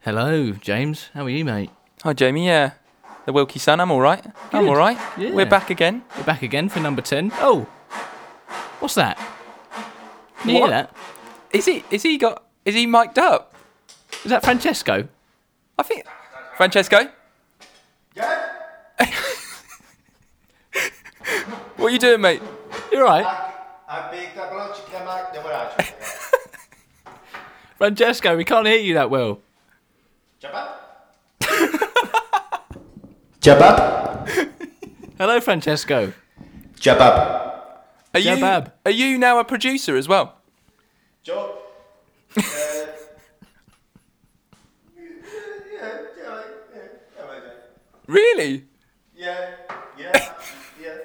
Hello, James. How are you, mate? Hi, Jamie. Yeah, the Wilkie son. I'm all right. I'm all right. Yeah. We're back again. We're back again for number 10. Oh! What's that? Can you hear What? that? Is he? Is he got? Is he mic'd up? Is that Francesco? I think. Francesco. what are you doing, mate? You're right. Francesco, we can't hear you that well. Jabab. Hello, Francesco. Jabab. Are you? Jabab. Are you now a producer as well? Joe. Really? Yeah, yeah, yeah.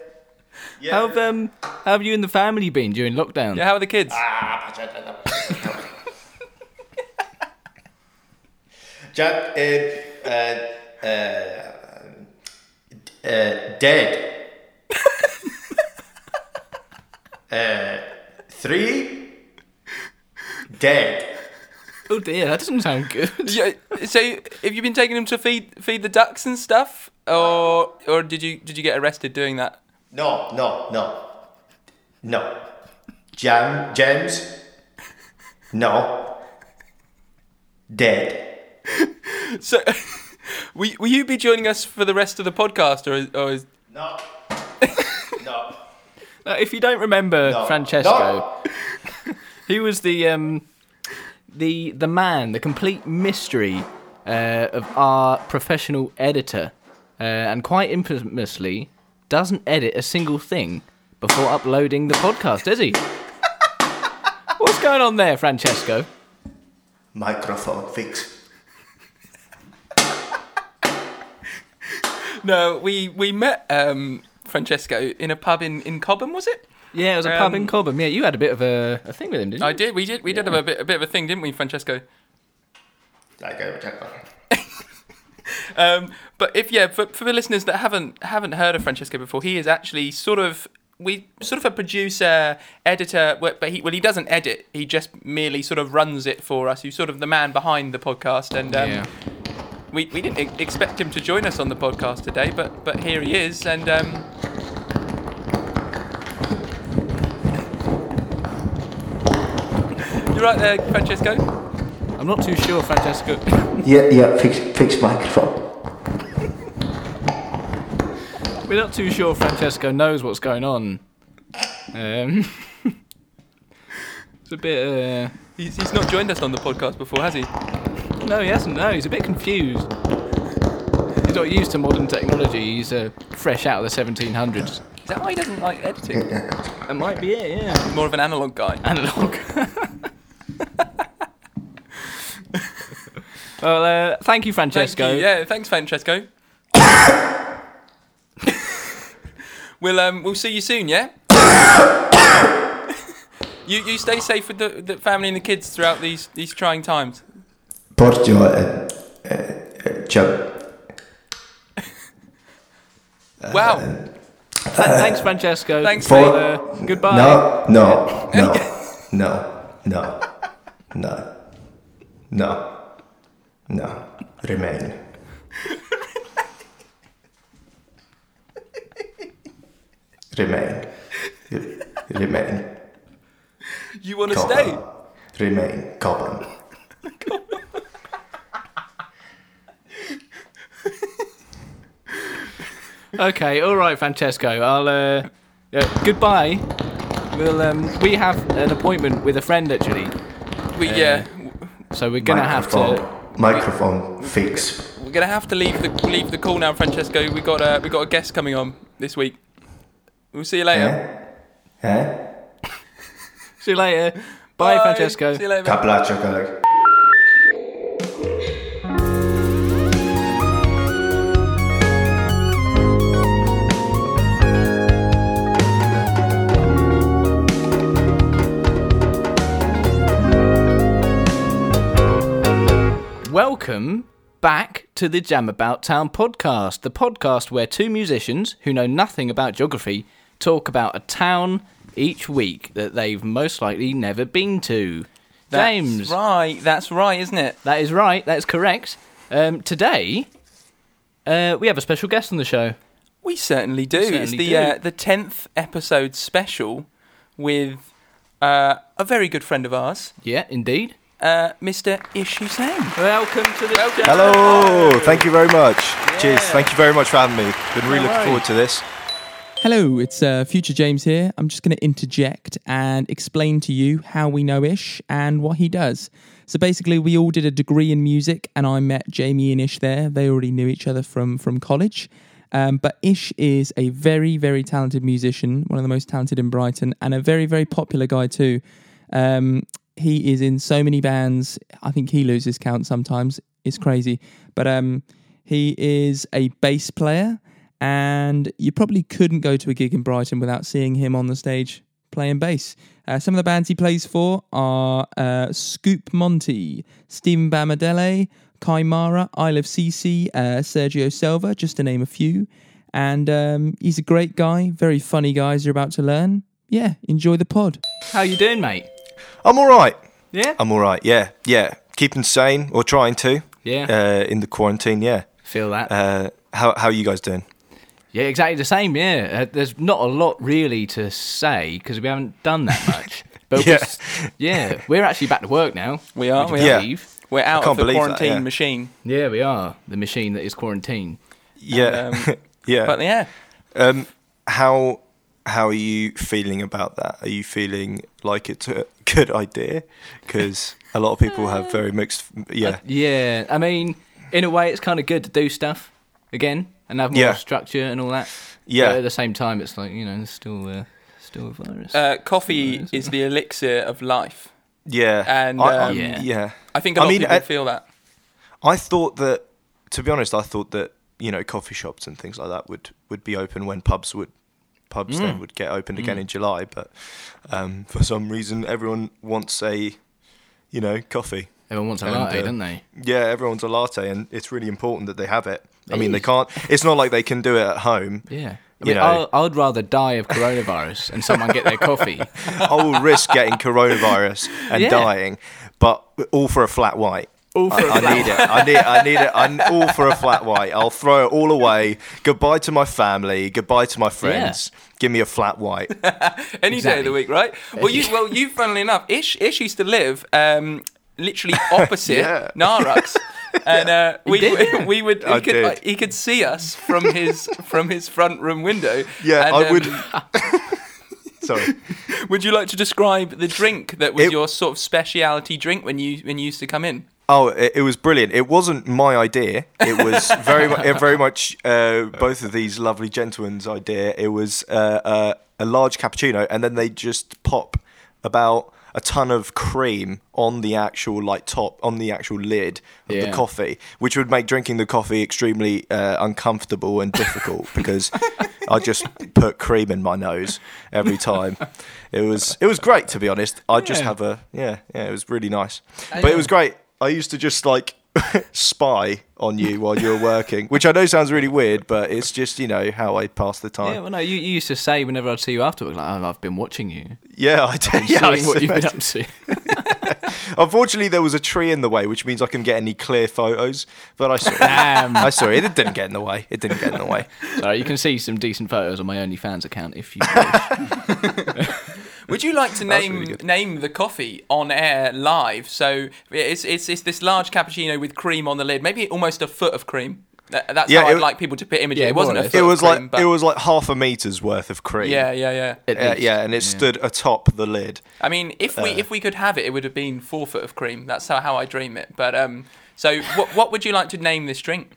Yeah. How have, um, how have you and the family been during lockdown? Yeah. How are the kids? Jab is uh, uh, uh, dead. uh, three dead. Oh dear, that doesn't sound good. Yeah, so, have you been taking them to feed feed the ducks and stuff, or or did you did you get arrested doing that? No, no, no, no. Jam, James. No. Dead. So, will, will you be joining us for the rest of the podcast, or is, or is No. no. Now, if you don't remember No. Francesco, No. he was the um, the the man, the complete mystery uh, of our professional editor, uh, and quite infamously doesn't edit a single thing before uploading the podcast, does he? What's going on there, Francesco? Microphone fix. No, we we met um, Francesco in a pub in in Cobham, was it? Yeah, it was a pub in Um, Cobham. Yeah, you had a bit of a, a thing with him, didn't you? I did. We did. We did have a bit a bit of a thing, didn't we, Francesco? Like a Um, but if yeah, for, for the listeners that haven't haven't heard of Francesco before, he is actually sort of we sort of a producer, editor, wh- but he well he doesn't edit. He just merely sort of runs it for us. He's sort of the man behind the podcast, and um, Yeah. we we didn't e- expect him to join us on the podcast today, but but here he is, and. Um, You're right there, Francesco. I'm not too sure, Francesco. Yeah, yeah, fix, fix microphone. We're not too sure Francesco knows what's going on. Um, it's a bit. He's, he's not joined us on the podcast before, has he? Uh, no, he hasn't. No, he's a bit confused. He's not used to modern technology. He's uh, fresh out of the 1700s. Is that why he doesn't like editing? That might be it. Yeah. More of an analog guy. Analog. well, uh, thank you, Thank Francesco. you. Yeah, thanks, Francesco. we'll um we'll see you soon. Yeah. you you stay safe with the, the family and the kids throughout these these trying times. Borgio and uh, uh, Jab. Wow. Th- thanks, Francesco. Thanks, For- mate. Uh, goodbye. No, no, no, no, no, no, no, no. Remain. Remain. Remain. You want to stay? Cobham. Remain. Cobham. Okay, all right, Francesco. I'll uh, uh goodbye. We'll um, we have an appointment with a friend actually, We yeah. so we're gonna have to. Microphone- Microphone fix. We're gonna have to leave the leave the call now, Francesco. We got a we got a guest coming on this week. We'll see you later. Eh? Eh? See you later. Bye, Francesco. See you later. Caplaccio, colleague. Welcome back to the Jam About Town podcast, the podcast where two musicians who know nothing about geography talk about a town each week that they've most likely never been to. That's James. right. That's right, isn't it? That is right. That is correct. Um, today, uh, we have a special guest on the show. We certainly do. it's certainly the do. Uh, the tenth episode special with uh, a very good friend of ours, Yeah, indeed. uh, Mr. Ish Hussain. Welcome to the Welcome. show. Hello. Thank you very much. Cheers. Thank you very much for having me. Been really looking worries. forward to this. Hello, it's uh, Future James here. I'm just going to interject and explain to you how we know Ish and what he does. So basically, we all did a degree in music, and I met Jamie and Ish there. They already knew each other from from college. Um, but Ish is a very, very talented musician, one of the most talented in Brighton, and a very, very popular guy too. Um, he is in so many bands. I think he loses count sometimes. It's crazy. But um, he is a bass player, and you probably couldn't go to a gig in Brighton without seeing him on the stage playing bass. Uh, some of the bands he plays for are uh, Scoop Monty, Stephen Bamadele, Kai Mara, Isle of Cece, uh, Sergio Selva, just to name a few. And um, he's a great guy, very funny guy, as you're about to learn. Yeah, enjoy the pod. How you doing, mate? I'm all right. Yeah. I'm all right. Yeah. Yeah. Keeping sane or trying to. Yeah. Uh, in the quarantine. Yeah. Feel that. Uh, how how are you guys doing? yeah, exactly the same. Yeah. Uh, there's not a lot really to say because we haven't done that much. But Yeah. we're, s- yeah, we're actually back to work now. We are, Would we you are. believe? We're out of can't the believe that, quarantine yeah. machine. Yeah, we are the machine that is quarantine. Yeah. Um, yeah. But yeah, Um, how how are you feeling about that? Are you feeling like it's a good idea? Because a lot of people have Uh, very mixed. Yeah, Yeah, I mean, in a way, it's kind of good to do stuff again and have more Yeah. structure and all that. Yeah. But at the same time, it's like you know, there's still uh, still a virus. uh, coffee is the elixir of life. yeah, And, I, I- um, Yeah. yeah. I think a I lot mean, of people I- feel that. I thought that, to be honest, I thought that you know coffee shops and things like that would would be open when pubs would pubs then would get opened again in July, but um, for some reason everyone wants a you know coffee. Everyone wants a and, latte, uh, don't they? Yeah, everyone's a latte, and it's really important that they have it. I mean, It they is. can't. It's not like they can do it at home. Yeah. I you mean, know. I'll, I'd rather die of coronavirus and someone get their coffee. I will risk getting coronavirus and Yeah. dying, but all for a flat white. All for I, a I flat need it. I need. I need it. I'm all for a flat white. I'll throw it all away. Goodbye to my family. Goodbye to my friends. Give me a flat white. Any day of Exactly. the week, right? Well, you, well, you. Funnily enough, Ish, Ish used to live um, literally opposite Yeah. Narux, and uh, we, did, yeah. we we would I he could did. like, he could see us from his from his front room window. Yeah, and, I um, would. Sorry. Would you like to describe the drink that was It- your sort of speciality drink when you when you used to come in? Oh, it, it was brilliant. It wasn't my idea. It was very, mu- it very much uh, both of these lovely gentlemen's idea. It was uh, uh, a large cappuccino, and then they just pop about a ton of cream on the actual like top on the actual lid of Yeah. the coffee, which would make drinking the coffee extremely uh, uncomfortable and difficult because I just put cream in my nose every time. It was it was great to be honest. I just Yeah. have a yeah yeah. It was really nice, but it was great. I used to just like spy on you while you were working, which I know sounds really weird, but it's just you know how I pass the Yeah, time. well, no, you, you used to say whenever I'd see you afterwards, like, oh, I've been watching you, Yeah, I did. Yeah, I seeing what you've been suspect. up to. Unfortunately, there was a tree in the way, which means I couldn't get any clear photos. But I saw, it. Damn. I saw it. It didn't get in the way. It didn't get in the way. Um, Sorry, you can see some decent photos on my OnlyFans account if you wish. Would you like to That's name really good. name the coffee on air live? So it's it's it's this large cappuccino with cream on the lid, maybe almost a foot of cream. That- That's Yeah, how it I'd was- like people to put image. Yeah, it wasn't more a or less. foot. It was of cream, like but it was like half a meter's worth of cream. Yeah, yeah, yeah. At Uh, least. yeah, and it stood atop the lid. I mean, if uh, we if we could have it, it would have been four foot of cream. That's how, how I dream it. But um, so what what would you like to name this drink?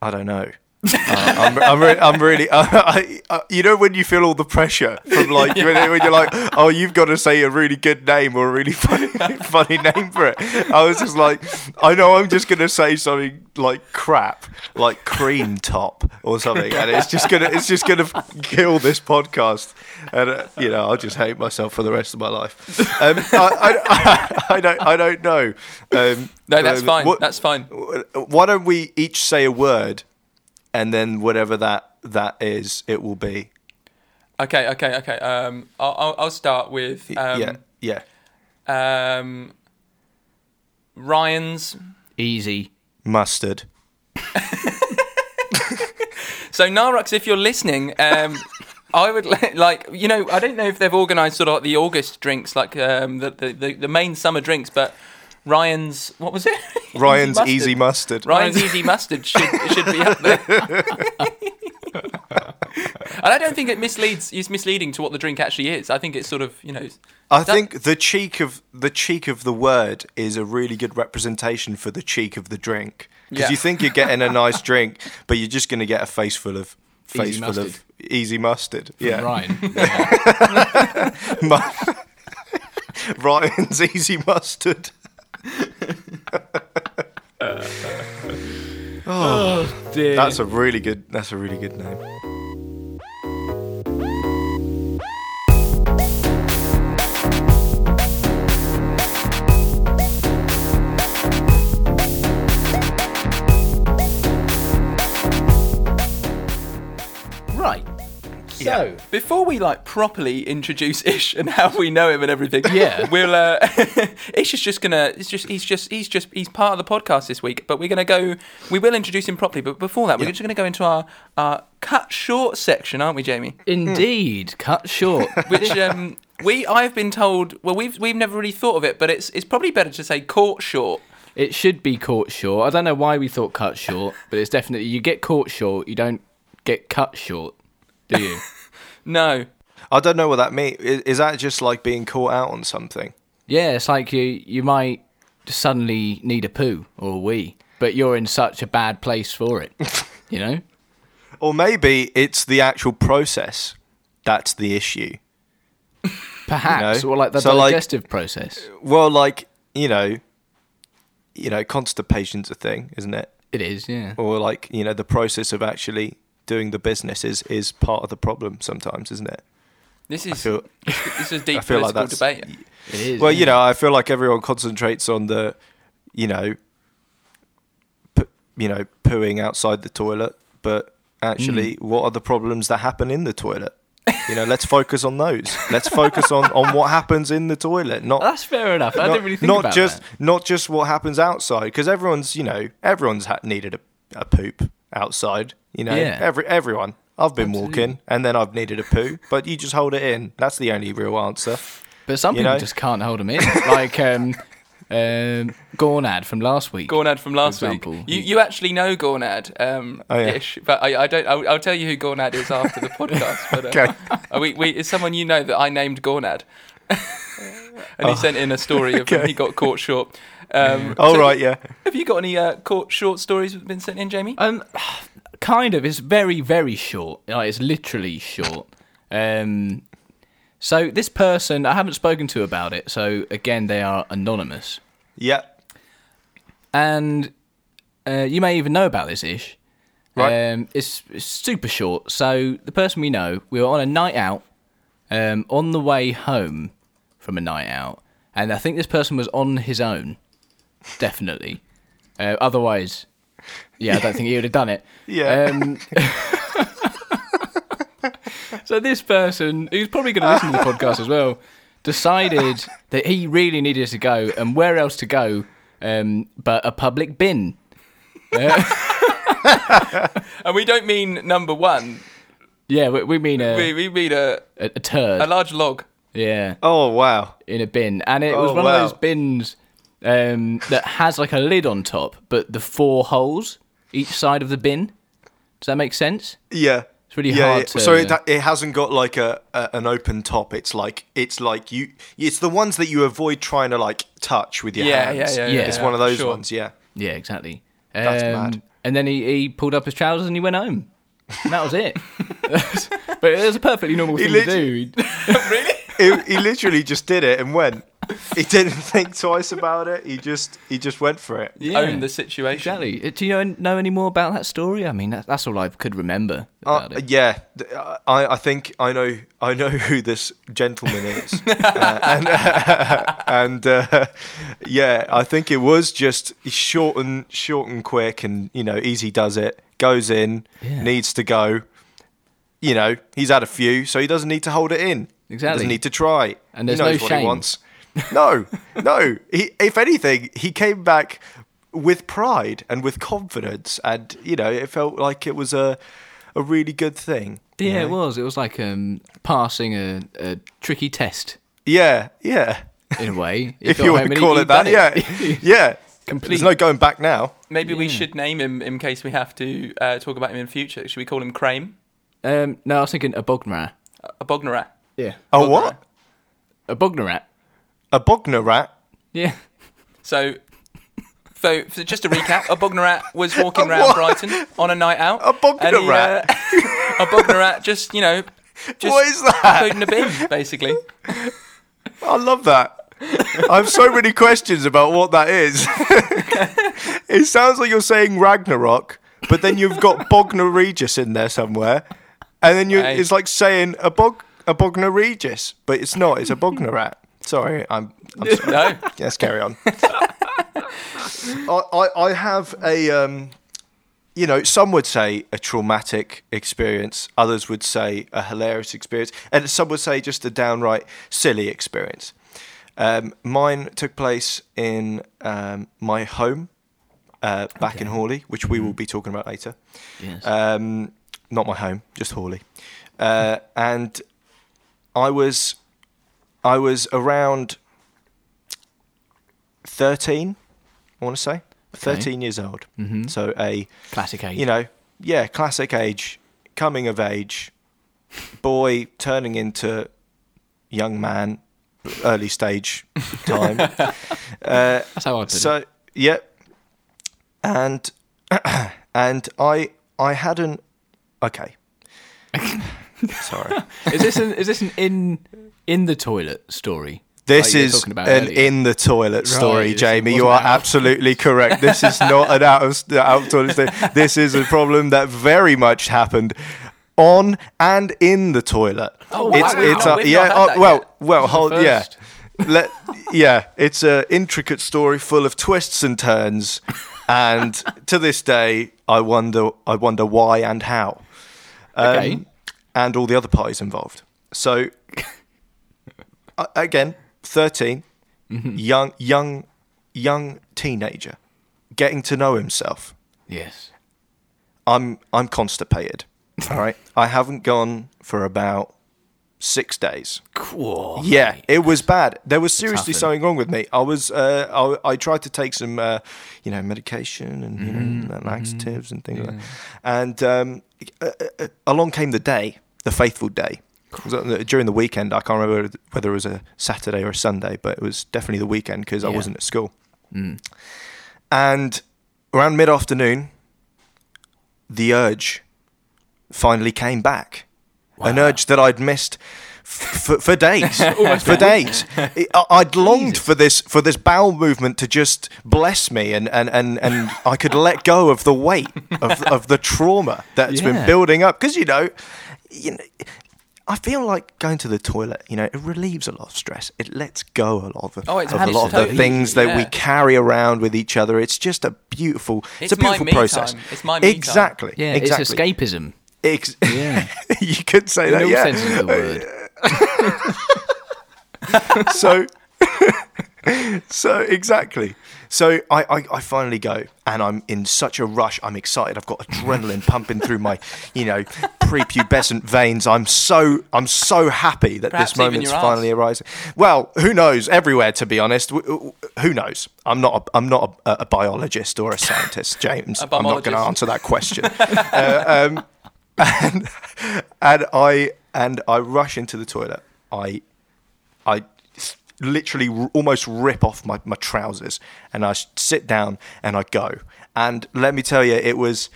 I don't know. Uh, I'm, I'm, re- I'm really, I, I, you know, when you feel all the pressure from like when, when you're like, oh, you've got to say a really good name or a really funny, funny name for it. I was just like, I know I'm just gonna say something like crap, like cream top or something, and it's just gonna, it's just gonna kill this podcast, and uh, you know, I'll just hate myself for the rest of my life. Um, I, I, I don't, I don't know. Um, No, that's um, fine. what- that's fine. why don't we each say a word and then whatever that that is it will be Okay, okay, okay. Um, I'll, I'll- I'll start with yeah, um, yeah. um, Ryan's. Easy. Mustard. So Narux, if you're listening, um, I would li- like you know I don't know if they've organised sort of like the August drinks, like um, the, the the the main summer drinks, but Ryan's what was it? Ryan's Mustard. easy mustard. Ryan's easy mustard should should be up there. and I don't think it misleads. It's misleading to what the drink actually is. I think it's sort of you know. I that- think the cheek of the cheek of the word is a really good representation for the cheek of the drink because Yeah. you think you're getting a nice drink, but you're just going to get a face full of face full mustard. of easy mustard. Yeah, Ryan. Mu- Ryan's easy mustard. Oh, Dear. That's a really good. That's a really good name. right. So, Before we like properly introduce Ish and how we know him and everything, Yeah. we'll uh, Ish is just gonna. It's just he's just he's just he's part of the podcast this week. But we're gonna go. We will introduce him properly. But before that, we're just gonna go into our our cut short section, aren't we, Jamie? indeed, cut short. Which um, we I've been told. Well, we've we've never really thought of it, but it's it's probably better to say caught short. It should be caught short. I don't know why we thought cut short, but it's definitely you get caught short, you don't get cut short, do you? No, I don't know what that means. Is, is that just like being caught out on something? yeah, it's like you you might suddenly need a poo or a wee, but you're in such a bad place for it. You know? Or maybe it's the actual process that's the issue. Perhaps. You know? Or like the So, like- digestive process. Well, like you know, you know, constipation's a thing, isn't it? It is, yeah. Or like you know, the process of actually doing the business is is part of the problem sometimes, isn't it? this is feel- this is deep I feel like political that's- debate. It is. Well, you yeah. know, I feel like everyone concentrates on the, you know, p- you know, pooing outside the toilet, but actually, Hmm. what are the problems that happen in the toilet? You know, let's focus on those. Let's focus on on what happens in the toilet, not That's fair enough. Ah, I not, didn't really think not about just that. not just what happens outside because everyone's you know everyone's ha- needed a, a poop outside you know Yeah. every everyone I've been walking and then I've needed a poo but you just hold it in that's the only real answer But some you people know? just can't hold them in. Like um um Gornad from last week. Gornad from last For week. example. You, you actually know Gornad, um, Oh, yeah. ish, but I, I don't. I'll, I'll tell you who Gornad is after the podcast. But, uh, Okay. uh, we, we, it's someone you know that I named Gornad, and he sent in a story of when Oh. Okay. he got caught short. Um, All so right, yeah Have you got any uh, caught short stories that have been sent in, Jamie? Um, kind of. It's very, very short. Like, it's literally short. Um, so this person, I haven't spoken to about it. So again, they are anonymous, yeah and uh, you may even know about this ish. Right. Um, it's, it's super short. So the person we know, we were on a night out, um, on the way home from a night out, and I think this person was on his own, definitely. Uh, otherwise, yeah, I don't think he would have done it. Yeah. Um, so this person, who's probably going to listen to the podcast as well, decided that he really needed to go, and where else to go um, but a public bin. And we don't mean number one. Yeah, we, we mean a, We, we mean a, a, a turd. a large log. yeah, oh wow in a bin, and it was Oh, one wow. of those bins um, that has like a lid on top, but the four holes each side of the bin. Does that make sense? yeah it's really yeah, hard yeah. to- so it, that- it hasn't got like a, a an open top it's like it's like you it's the ones that you avoid trying to like touch with your Yeah, yeah, hands yeah, yeah, it's yeah, one of those sure. ones yeah Yeah, exactly. That's Um, mad. And then he, he pulled up his trousers and he went home. And that was it. but it was a perfectly normal He thing literally- to do. really? he, he literally just did it and went. He didn't think twice about it. He just he just went for it. Yeah, Own the situation. exactly. Uh, Do you know, know any more about that story? I mean, that, that's all I could remember Uh, about it. yeah, th- I, I think I know I know who this gentleman is, Uh, and, and uh, yeah, I think it was just short and short and quick, and you know, easy does it. Goes in, Yeah. needs to go, you know, he's had a few, so he doesn't need to hold it in. He Exactly. doesn't need to try. And there's he knows no what shame. he wants. No, no. He, if anything, he came back with pride and with confidence, and you know, it felt like it was a a really good thing. Yeah, it was. It was like um, passing a, a tricky test Yeah, yeah. in a way. if you want to call it that, yeah, yeah. Complete. There's no going back now. Maybe we should name him in case we have to uh, talk about him in future. Should we call him Crame? yeah. Um, no, I was thinking a Bognarat. A Bognarat? Yeah. A what? A Bognarat. A Bogner rat? Yeah. So, so, so just to recap, a Bognarat was walking around what? Brighton on a night out. A Bognarat? and he, uh, a Bognarat just, you know, just What is that? Including a bin, basically. I love that. I have so many questions about what that is. it sounds like you're saying Ragnarok, but then you've got Bogner Regis in there somewhere, and then you Hey. it's like saying a bog a Bogner Regis, but it's not. It's a Bogner rat. Sorry, I'm. I'm sorry. No. Yes, carry on. I, I I have a um, you know, some would say a traumatic experience, others would say a hilarious experience, and some would say just a downright silly experience. Um, mine took place in um, my home uh, back in Hawley, which we will be talking about later. Yes. Um, not my home, just Hawley. Uh, and I was, I was around thirteen. I want to say thirteen years old. So a Classic age. you know, yeah, classic age, coming of age, boy turning into young man, early stage time. That's how I put it. so, yep. And and I I hadn't okay. Sorry. Is this an is this an in in the toilet story? Like This Oh, you were is talking an about earlier? in the toilet story, this Jamie. wasn't You are out. absolutely correct. This is not an out of out of toilet story. This is a problem that very much happened on and in the toilet. Oh, it's wow. it's a, We've not yeah. had oh, that well, yet. well, hold yeah. first. Let, yeah, it's an intricate story full of twists and turns, and to this day, I wonder, I wonder why and how um, Okay. and all the other parties involved. So, uh, again, 13, young, young, young teenager, getting to know himself. Yes. I'm, I'm constipated. All right, I haven't gone for about six days. Cool. Yeah, it was bad. There was seriously toughen. something wrong with me. I was, uh, I, I tried to take some, uh, you know, medication and you know, laxatives and things like that. And um, uh, uh, uh, along came the day, the faithful day. It was on the- During the weekend, I can't remember whether it was a Saturday or a Sunday, but it was definitely the weekend because I Yeah. wasn't at school. And around mid afternoon, the urge finally came back. An urge that I'd missed f- f- for days. for days. I- I'd longed for this for this bowel movement to just bless me and, and, and, and I could let go of the weight of, of the trauma that's Yeah. been building up. Because, you know, you know, I feel like going to the toilet, you know, it relieves a lot of stress. It lets go a lot of, Oh, it's of a lot of the absolutely, things that we yeah. carry around with each other. It's just a beautiful, It's it's, a my beautiful me process. time. It's my me time. exactly. Yeah, exactly. it's escapism. Ex- Yeah. you could say In that. all yeah. senses of the word. so so exactly so I, I i finally go and i'm in such a rush i'm excited i've got adrenaline pumping through my you know prepubescent veins i'm so i'm so happy that Perhaps this even moment's your arse. finally arising well who knows everywhere to be honest W- w- who knows i'm not a, i'm not a, a biologist or a scientist james A i'm not going to biologist. answer that question Uh, um, and, and I and I rush into the toilet. I I s- literally r- almost rip off my, my trousers and I s- sit down and I go. And let me tell you, it was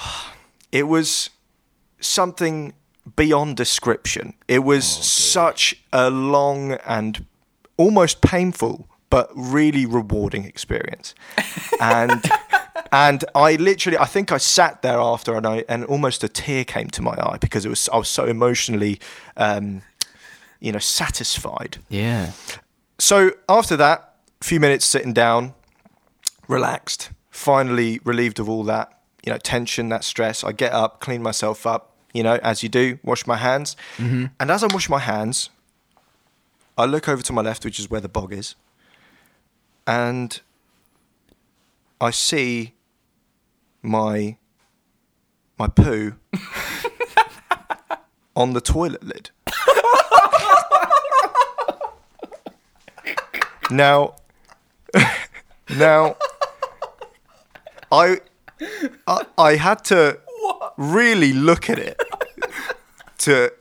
it was something beyond description. It was such a long and almost painful but really rewarding experience. And and I literally I think I sat there after and I and almost a tear came to my eye because it was I was so emotionally um you know satisfied Yeah. so after that, a few minutes sitting down, relaxed, finally relieved of all that, you know, tension, that stress. I get up, clean myself up, you know, as you do, wash my hands. And as I wash my hands, I look over to my left, which is where the bog is, and I see my my poo on the toilet lid. now, now, I, I I had to really look at it to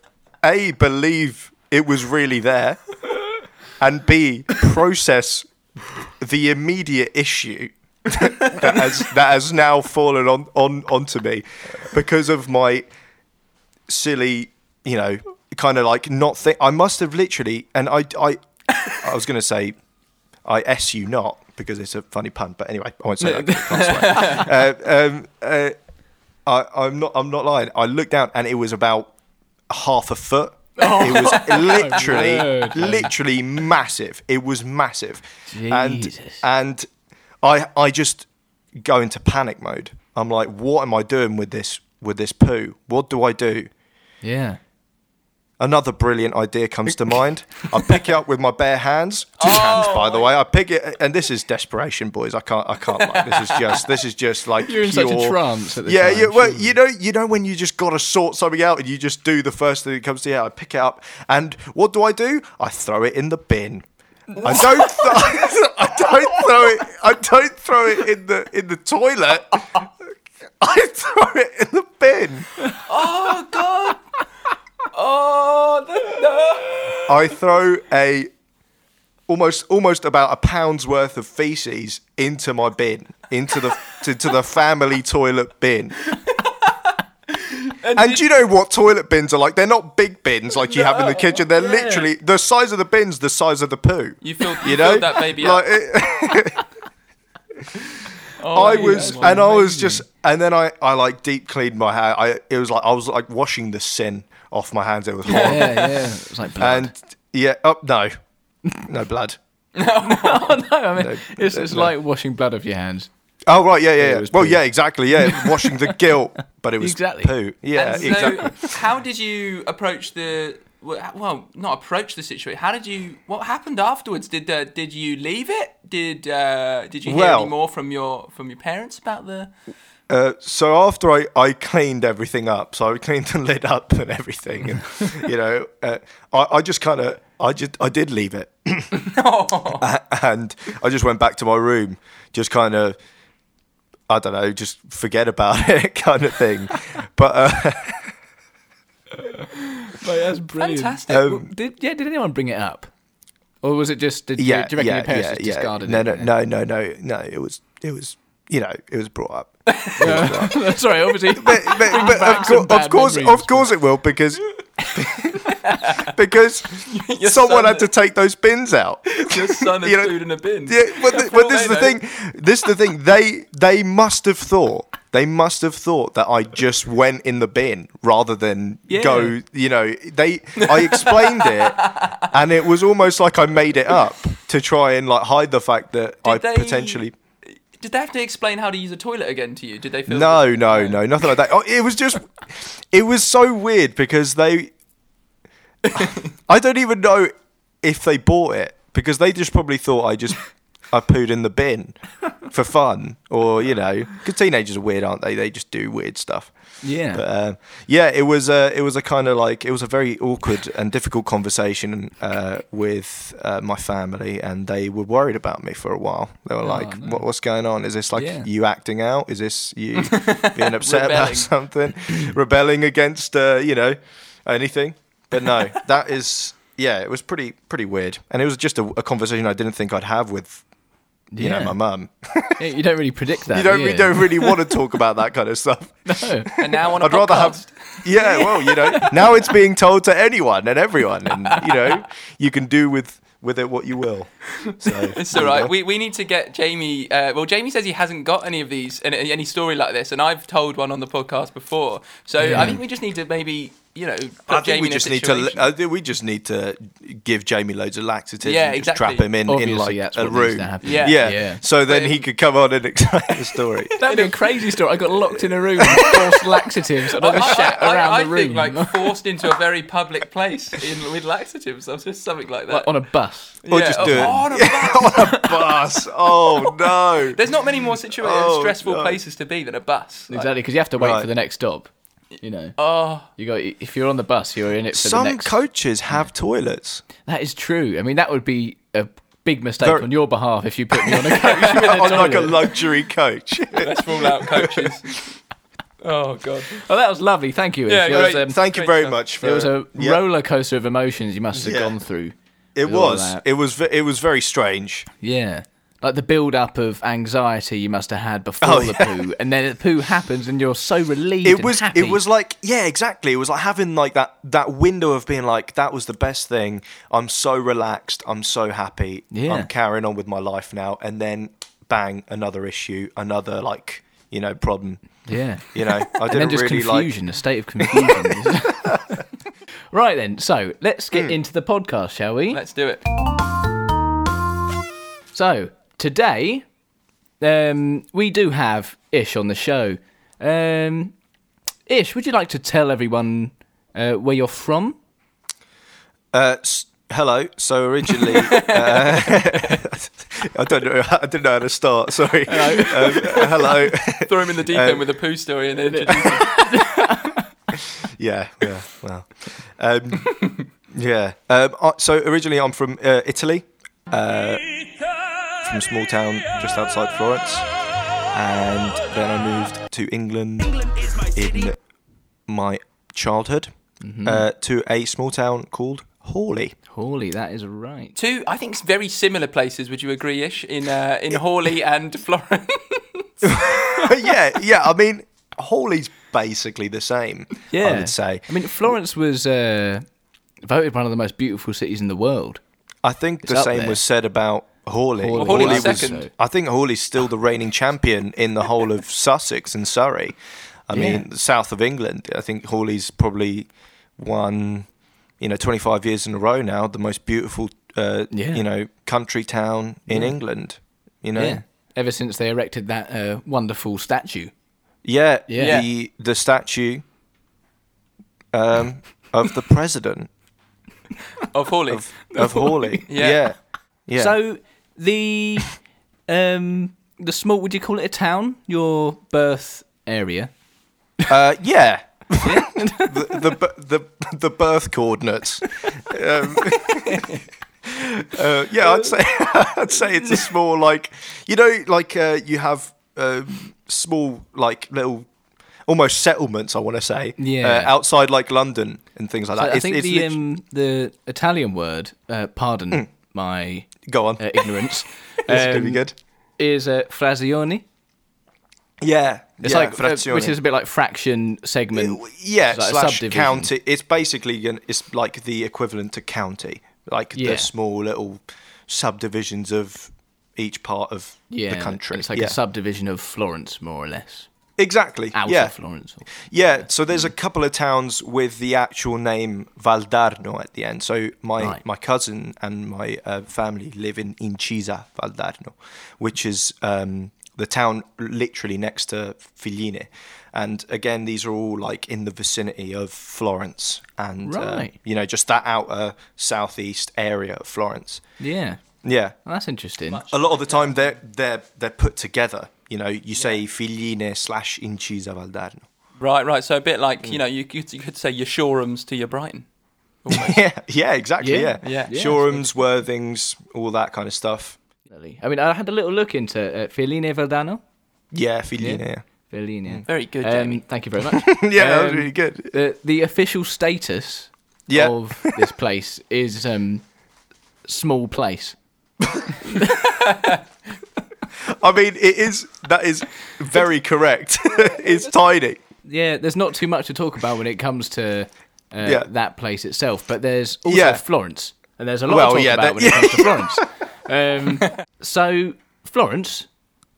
a believe it was really there, and b process the immediate issue that has that has now fallen on, on onto me because of my silly, you know, kind of like not think. I must have literally, and I, I, I was gonna say, I s you not because it's a funny pun, but anyway, I won't say that. 'cause that's right. uh, um, uh, I, I'm not, I'm not lying. I looked down and it was about half a foot. it was literally, word. literally massive. It was massive, Jesus. and and I I just go into panic mode. I'm like, what am I doing with this with this poo? What do I do? Yeah. Another brilliant idea comes to mind. I pick it up with my bare hands. Two hands, by the way. I pick it, and this is desperation, boys. I can't. I can't. Like, this is just. This is just like You're in such a pure- trance at this yeah. time, You, well, you know. You know when you just got to sort something out, and you just do the first thing that comes to you. I pick it up, and what do I do? I throw it in the bin. I don't. Th- I don't throw it. I don't throw it in the in the toilet. I throw it in the bin. Oh God. Oh no. I throw a almost almost about a pound's worth of feces into my bin, into the to, to the family toilet bin. And do you know what toilet bins are like? They're not big bins like you have in the kitchen. They're literally the size of the bins, the size of the poo. You filled, you You know, filled that baby Like, up. it- Oh, I yeah, was, that's and I was amazing. just, and then I, I like deep cleaned my hair. I, it was like I was like washing the sin off my hands. It was horrible. Yeah, yeah. It's like blood. And yeah, oh no, no blood. Oh, no, I mean, it's, no, it's no. like washing blood off your hands. Oh right, yeah, yeah. yeah. was Well, poo. yeah, exactly. Yeah, washing the guilt, but it was Exactly. poo. Yeah, And so, exactly. how did you approach the? Well, well, not approach the situation. How did you? What happened afterwards? Did uh, did you leave it? Did uh, did you hear Well- any more from your from your parents about the? Uh, so after I, I cleaned everything up, so I cleaned the lid up and everything, and you know, uh, I, I just kind of I just I did leave it, and I just went back to my room, just kind of I don't know, just forget about it kind of thing. But uh, that's brilliant. Fantastic. Um, Did, yeah, did anyone bring it up? Or was it just, did yeah, you, do you reckon yeah, your parents yeah, just yeah. discarded no, it? no, no, no, no, no. It was it was you know it was brought up. It was brought up. no. Sorry, obviously. but, but, but back of, some cour- bad of course, memories. of course, it will because because someone son had to take those bins out. your son had you know, food in a bin. Yeah, but, th- but this is the Well, they thing. This is the thing. They they must have thought they must have thought that I just went in the bin rather than Yeah. go. You know, they I explained it, and it was almost like I made it up to try and like hide the fact that I they- potentially. Did they have to explain how to use a toilet again to you? Did they feel? No, no, no, nothing like that. Oh, it was just, it was so weird because they, I don't even know if they bought it because they just probably thought I just I pooed in the bin for fun or you know because teenagers are weird, aren't they? They just do weird stuff. Yeah. But, um, yeah, it was a it was a kind of like it was a very awkward and difficult conversation uh, with uh, my family, and they were worried about me for a while. They were like, Oh, no. what, "What's going on? Is this like Yeah. you acting out? Is this you being upset Rebelling. about something, rebelling against uh, you know anything?" But no, that is yeah, it was pretty pretty weird, and it was just a, a conversation I didn't think I'd have with you Yeah. know my mum. Yeah, you don't really predict that. you don't do you don't really want to talk about that kind of stuff. And now on a I'd rather have. podcast. Yeah, well, you know, now it's being told to anyone and everyone, and you know, you can do with with it what you will. So It's all right. We, we need to get Jamie. Uh, well, Jamie says he hasn't got any of these, any, any story like this, and I've told one on the podcast before. So Yeah. I think we just need to maybe you know, put I think Jamie we in a just need to. situation. I think we just need to give Jamie loads of laxatives. Yeah, and just exactly. Trap him in Obviously, in like that's a what needs room. to happen. Yeah. yeah. Yeah. So then But- he could come on and explain the story. That'd be a crazy story. I got locked in a room and forced laxatives and I was shat I, around I the think room. like forced into a very public place in, with laxatives or just something like that. Like, on a bus. Or Yeah, oh, just do it on a bus. on a bus. Oh no! There's not many more situated Oh, stressful no. places to be than a bus. Like, Exactly, because you have to wait Right. Uh, for the next stop. You know, Oh, you got if you're on the bus, you're in it for Some the next. coaches have toilets. that is true. I mean, that would be a big mistake Very- on your behalf if you put me on a coach. with a on like a toilet. luxury coach. let's rule out coaches. oh god. Oh, that was lovely. Thank you. Ish. Yeah, It was, great. um, Thank you Great very stuff. much. For, it was a yeah. roller coaster of emotions you must have Yeah. gone through. It with all was. that. It was. ve- It was very strange. Yeah. Like the build up of anxiety you must have had before Oh, the yeah. poo, and then the poo happens, and you're so relieved. It and was. happy. It was like yeah, exactly. It was like having like that that window of being like that was the best thing. I'm so relaxed. I'm so happy. Yeah. I'm carrying on with my life now. And then bang, another issue, another like you know problem. yeah. You know, I and then didn't just really like. confusion, a state of confusion. right then, so let's Hmm. get into the podcast, shall we? Let's do it. So today, um, we do have Ish on the show. Um, Ish, would you like to tell everyone uh, where you're from? Uh, s- hello. So originally, uh, I don't know. I didn't know how to start. Sorry. Um, hello. Throw him in the deep Uh, end with a poo story and then introduce him. yeah, yeah, well, um, yeah. Um, I, so originally, I'm from uh, Italy, uh, from a small town just outside Florence, and then I moved to England in my childhood uh, to a small town called Hawley. Holy, that is right. two. I think very similar places. Would you agree, Ish? In uh, in Hawley and Florence. yeah, yeah. I mean, Hawley's basically the same. Yeah, I would say. I mean, Florence was uh, voted one of the most beautiful cities in the world. I think the up same there. was said about Hawley. Hawley. Hawley was was, second. I think Hawley's still the reigning champion in the whole of Sussex and Surrey. I mean, south of England. I think Hawley's probably won, you know, 25 years in a row now, the most beautiful, uh, Yeah. you know, country town in England. You know, Yeah. yeah, Ever since they erected that uh, wonderful statue. yeah, Yeah. The the statue um, of the president of Hawley. of Hawley. Yeah. Yeah, yeah. So the um the small would you call it a town? Your birth area. Uh, yeah. the, the b- the the birth coordinates. Um, uh, yeah, I'd say I'd say it's a small like you know like uh, you have um small like little almost settlements. I want to say Yeah. uh, outside like London and things like that. I think the Uh, lit- um, the Italian word, uh, pardon my go on. uh, ignorance, It's gonna be um, good. is uh, frazioni. Yeah, It's yeah, like uh, frazione. which is a bit like fraction segment. yeah, it's like a slash subdivision. county. It's basically an, it's like the equivalent to county, like Yeah. the small little subdivisions of each part of Yeah, the country. It's like yeah. a subdivision of Florence, more or less. exactly. Outer yeah, Florence. yeah. So there's a couple of towns with the actual name Valdarno at the end. So my Right. my cousin and my uh, family live in Incisa Valdarno, which is um, the town literally next to Figline. And again, these are all like in the vicinity of Florence and uh, Right. you know just that outer southeast area of Florence. Yeah, Yeah, well, that's interesting. a lot of the time they're they're they're put together. You know, you say Figline slash Incisa Valdarno. Right, right. So a bit like Hmm. you know, you could, you could say your Shoreham's to your Brighton. yeah, yeah, exactly. Yeah, Yeah, yeah. Yeah, Shoreham's, Worthings, all that kind of stuff. I mean, I had a little look into uh, Fellini Verdano. Yeah, Fellini. Yeah, Mm, Fellini. Very good, Um, Jamie. thank you very much. yeah, that was Um, really good. the the official status Yeah. of this place is um small place. I mean, it is that is very correct. it's tiny. Yeah, there's not too much to talk about when it comes to uh, Yeah. that place itself, but there's also Yeah. Florence, and there's a lot Well, to talk yeah, about that- when it comes to Florence. um, so Florence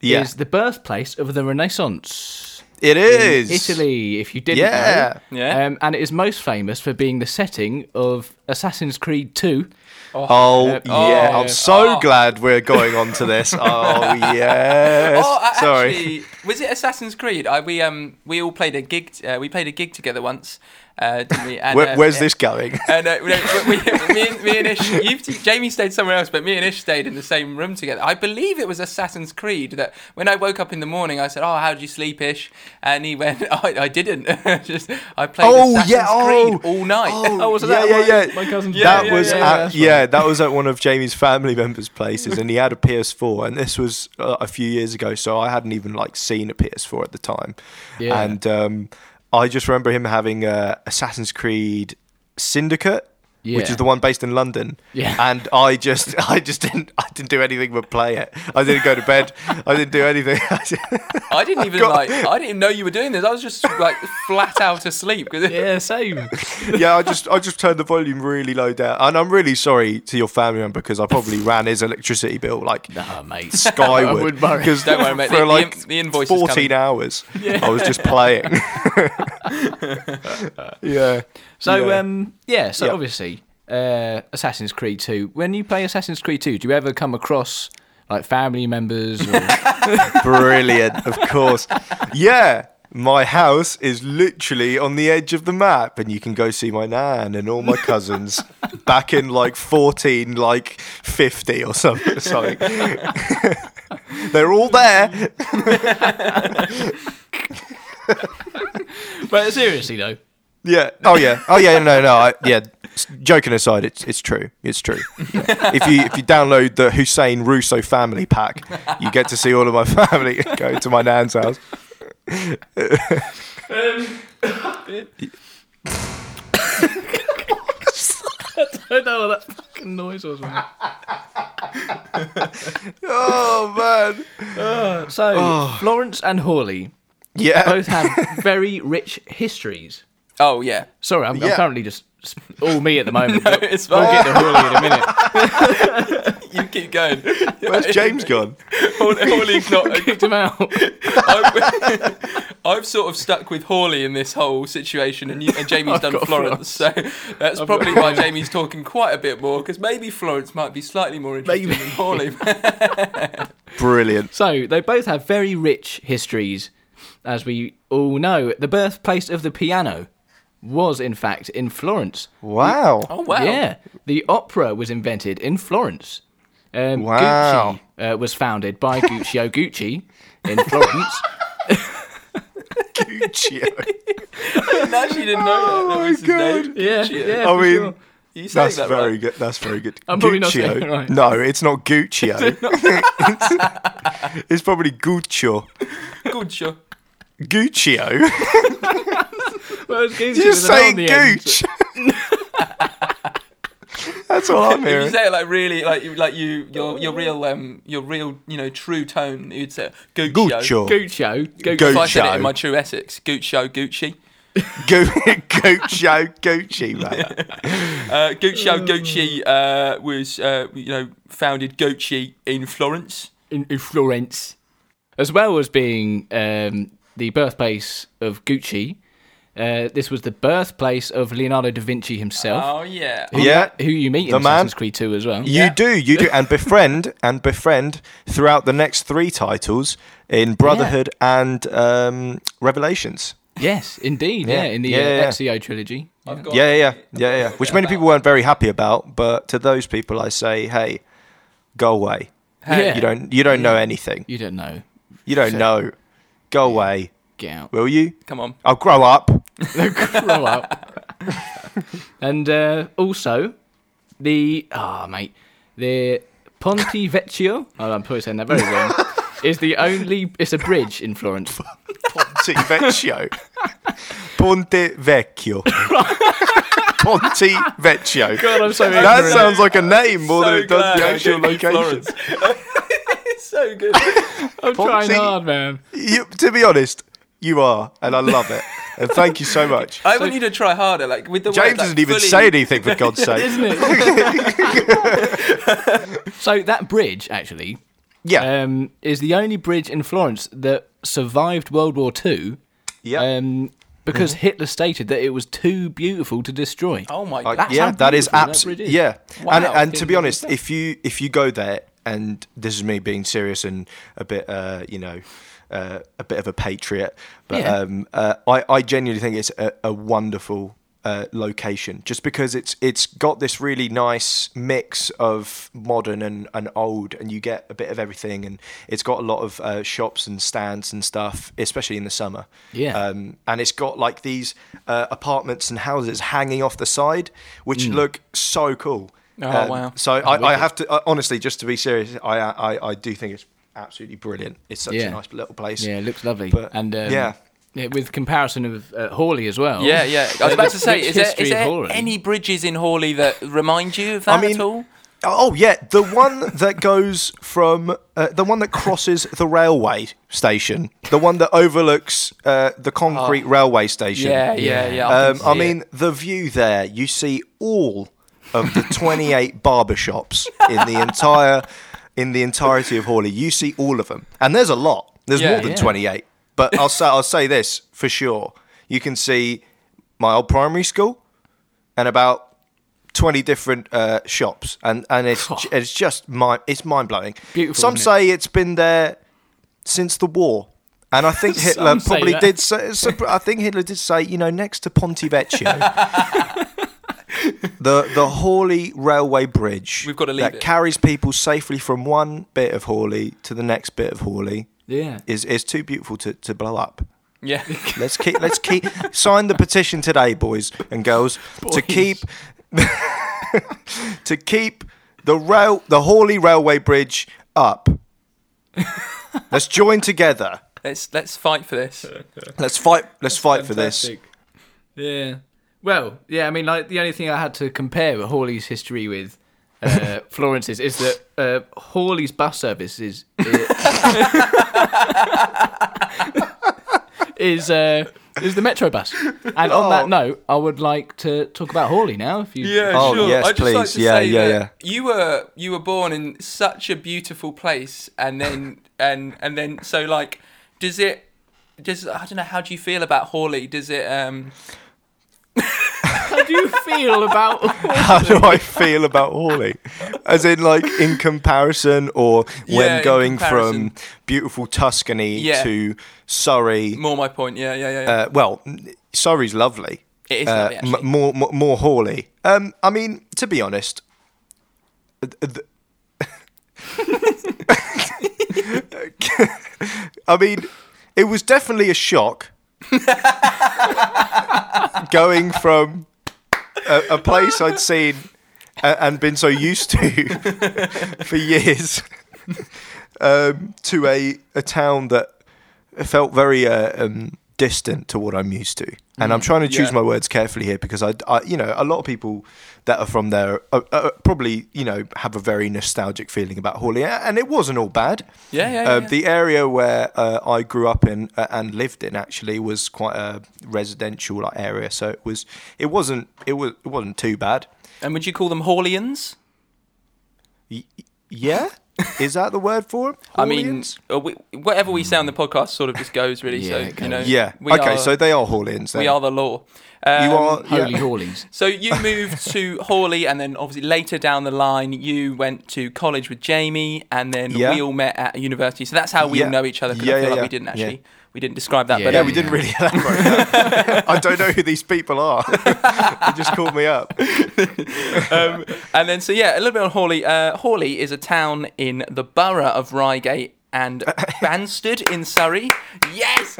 Yeah, is the birthplace of the Renaissance. It is. Italy, if you didn't Yeah. know. Yeah. Um, and it is most famous for being the setting of Assassin's Creed 2. Oh, yeah. oh, I'm so oh. glad we're going on to this. Oh, yes. Oh, I Sorry. actually, was it Assassin's Creed? I, we um we all played a gig. Uh, we played a gig together once, uh, didn't we? And, Where, uh, where's yeah. this going? And uh, no, we, we, me, and, me and Ish, you've, Jamie stayed somewhere else, but me and Ish stayed in the same room together. I believe it was Assassin's Creed that when I woke up in the morning, I said, "Oh, how did you sleep, Ish?" And he went, "I, I didn't. Just I played Oh, Assassin's yeah, Creed oh, all night." oh, was yeah, that yeah, my- yeah. my cousin Yeah, that yeah, was yeah, at, that's right. yeah, that was at one of Jamie's family members' places, and he had a PS4, and this was uh, a few years ago, so I hadn't even like seen a PS4 at the time, Yeah. and um, I just remember him having uh, Assassin's Creed Syndicate. Which Yeah. is the one based in London, Yeah. and I just, I just didn't, I didn't do anything but play it. I didn't go to bed. I didn't do anything. I didn't even God. like. I didn't even know you were doing this. I was just like flat out asleep. 'Cause it- Yeah, same. yeah, I just I just turned the volume really low down, and I'm really sorry to your family member because I probably ran his electricity bill like oh, mate. I skyward wouldn't worry. because Don't worry, mate, for the- the like in- the invoice is 14 coming. hours I was just playing. yeah. So, Yeah. um, yeah, so Yeah. obviously, uh, Assassin's Creed 2. When you play Assassin's Creed 2, do you ever come across like family members or Brilliant, of course. Yeah. My house is literally on the edge of the map, and you can go see my nan and all my cousins back in like 14, like 50 or something. something. They're all there. But seriously though, Yeah. Oh yeah. Oh yeah. No. No. I, yeah. S- Joking aside, it's it's true. It's true. Yeah. If you if you download the Hussein Russo family pack, you get to see all of my family go to my nan's house. I don't know what that fucking noise was. Man. Oh man. So Oh. Florence and Hawley Yeah. both have very rich histories. oh yeah. Sorry, I'm, Yeah. I'm currently just s- all me at the moment. but It's We'll fine. get to Hawley in a minute. You keep going. Where's James gone? Hawley's not. Kicked him out. I'm, I've sort of stuck with Hawley in this whole situation, and, you, and Jamie's done got Florence, so that's probably why Jamie's talking quite a bit more because maybe Florence might be slightly more interesting Maybe. than Hawley. Brilliant. So they both have very rich histories, as we all know. The birthplace of the piano was, in fact, in Florence. Wow. oh wow! Yeah, the opera was invented in Florence. Um, Wow. Gucci uh, was founded by Guccio Gucci in Florence. Guccio. I actually didn't know that. that Oh, my was his God. name. yeah, Gucci. yeah. I for mean, sure. You say That's that very right. good. That's very good. I'm probably not saying it right. No, it's not Guccio. it's, it's probably Guccio. Good, sure. Guccio. Well, it's Gucci with an Just R say on the end. gooch. That's all I'm If you hearing. say it like really, like you, like you, your your real, um, your real, you know, true tone, you'd say Gucci. Guccio. Guccio. Gucci. If I said it Guccio. in my true Essex, Guccio, Gucci, Gu- Guccio, Gucci, mate. uh, Guccio, Gucci uh, was, uh, you know, founded Gucci in Florence. in, in Florence, as well as being um, the birthplace of Gucci. Uh, this was the birthplace of Leonardo da Vinci himself, Oh yeah. who, Yeah. who you meet in The man. Assassin's Creed 2 as well. You do, you do, and befriend, and befriend throughout the next three titles in Brotherhood and um, Revelations. Yes, indeed. Yeah. Yeah, in the Yeah, yeah, yeah. uh, XCO trilogy. I've got- Yeah, yeah, yeah, yeah, yeah. Which many people weren't very happy about, but to those people, I say, hey, go away. Yeah. You don't, you don't know anything. You don't know. You don't know. Go away, Get out. will you? Come on. I'll grow up. Grow up. and uh, also, the. Ah, mate. The Ponte Vecchio. Oh, I'm probably saying that very wrong. is the only. It's a bridge in Florence. Ponte Vecchio. Ponte Vecchio. Ponte Vecchio. God, I'm so that ignorant. sounds like a name more than it does the glad I actual gave you location. Florence. it's so good. I'm Ponte- trying hard, man. You, to be honest, you are, and I love it. And thank you so much. I want you to try harder, like with the word, James like, doesn't even fully- say anything, for God's sake. isn't it? so that bridge actually Yeah. um, is the only bridge in Florence that survived World War II Yeah. Um, because Hitler stated that it was too beautiful to destroy. Mm-hmm. Oh my Like, god. That's yeah, how that is beautiful that bridge absolutely is. yeah. Wow, and I and to didn't be know honest, that. if you if you go there, and this is me being serious and a bit, uh, you know, uh, a bit of a patriot, but Yeah. um, uh, I I genuinely think it's a, a wonderful. Uh, location just because it's it's got this really nice mix of modern and, and old and you get a bit of everything and it's got a lot of uh, shops and stands and stuff especially in the summer Yeah. um, and it's got like these uh, apartments and houses hanging off the side, which Mm. look so cool. Oh, Um, wow. So I, I have to uh, honestly, just to be serious, I, I I do think it's absolutely brilliant. It's such Yeah. a nice little place. Yeah, it looks lovely. But, and um, yeah. yeah, with comparison of uh, Hawley as well. Yeah, yeah. I was Uh, about to rich say, is there, history is of there Hawley. any bridges in Hawley that remind you of that I mean, at all? Oh yeah, the one that goes from uh, the one that crosses the railway station, the one that overlooks uh, the concrete railway station. Oh. Yeah, yeah, yeah. I Um, can I see mean, it. the view there, you see all of the 28 barbershops in the entire in the entirety of Hawley. You see all of them. And there's a lot. There's Yeah, more than yeah. 28. But I'll say I'll say this for sure. You can see my old primary school and about 20 different uh, shops and and it's ju- it's just mind it's mind-blowing. Beautiful, Some isn't say it's been there since the war. And I think Hitler Some say probably that. did. Say, so- I think Hitler did say, you know, next to Pontivecchio, the the Hawley railway bridge We've gotta leave that it. carries people safely from one bit of Hawley to the next bit of Hawley Yeah. is is too beautiful to, to blow up. Yeah. Let's keep let's keep sign the petition today, boys and girls, to keep to keep the rail the Hawley railway bridge up. let's join together. Let's let's fight for this. Let's fight. Let's fight for this. Fantastic. Yeah. Well, yeah. I mean, like the only thing I had to compare Hawley's history with uh, Florence's is that uh, Hawley's bus service is uh, is uh, is the Metro bus. And on Oh. that note, I would like to talk about Hawley now. If you, Yeah, Oh, sure. yes, I'd just like please. to Yeah, say yeah, that You were you were born in such a beautiful place, and then and and then so like, does it? Does I don't know. How do you feel about Hawley? Does it? Um, how do you feel about? How do I feel about Hawley? As in, like in comparison, or Yeah, when in going comparison. from beautiful Tuscany Yeah. to Surrey? more my point. Yeah, yeah, yeah. yeah. Uh, well, n- Surrey's lovely. It is Uh, lovely, actually. m- more, more, more Hawley. Um, I mean, to be honest, th- th- I mean, it was definitely a shock going from a, a place I'd seen a- and been so used to for years um, to a, a town that felt very uh, um, distant to what I'm used to. And I'm trying to choose Mm. Yeah. my words carefully here because I, I- you know, a lot of people that are from there are, are probably, you know, have a very nostalgic feeling about Hawley, A- and it wasn't all bad. Yeah, yeah, Uh, yeah. The area where uh, I grew up in uh, and lived in actually was quite a residential like, area, so it was, it wasn't, it was, it wasn't too bad. and would you call them Hawleyans? Y- yeah, is that the word for it? I mean, Hawleyans? Hmm. uh, we, whatever we say on the podcast sort of just goes really. Yeah, it so you know, goes. yeah. we Okay, are, so they are Hawleyans. Then. we are the law. Um, You are yeah. Holy Hawleys. So you moved to Hawley, and then obviously later down the line, you went to college with Jamie, and then Yeah. we all met at university. So that's how we Yeah. all know each other. Because I Yeah, feel yeah, like yeah. we didn't Yeah. actually we didn't describe that. Yeah, but Yeah, um, we didn't really elaborate. that. I don't know who these people are. they just called me up. um, and then so yeah, a little bit on Hawley. Uh, Hawley is a town in the borough of Reigate and Banstead in Surrey. Yes.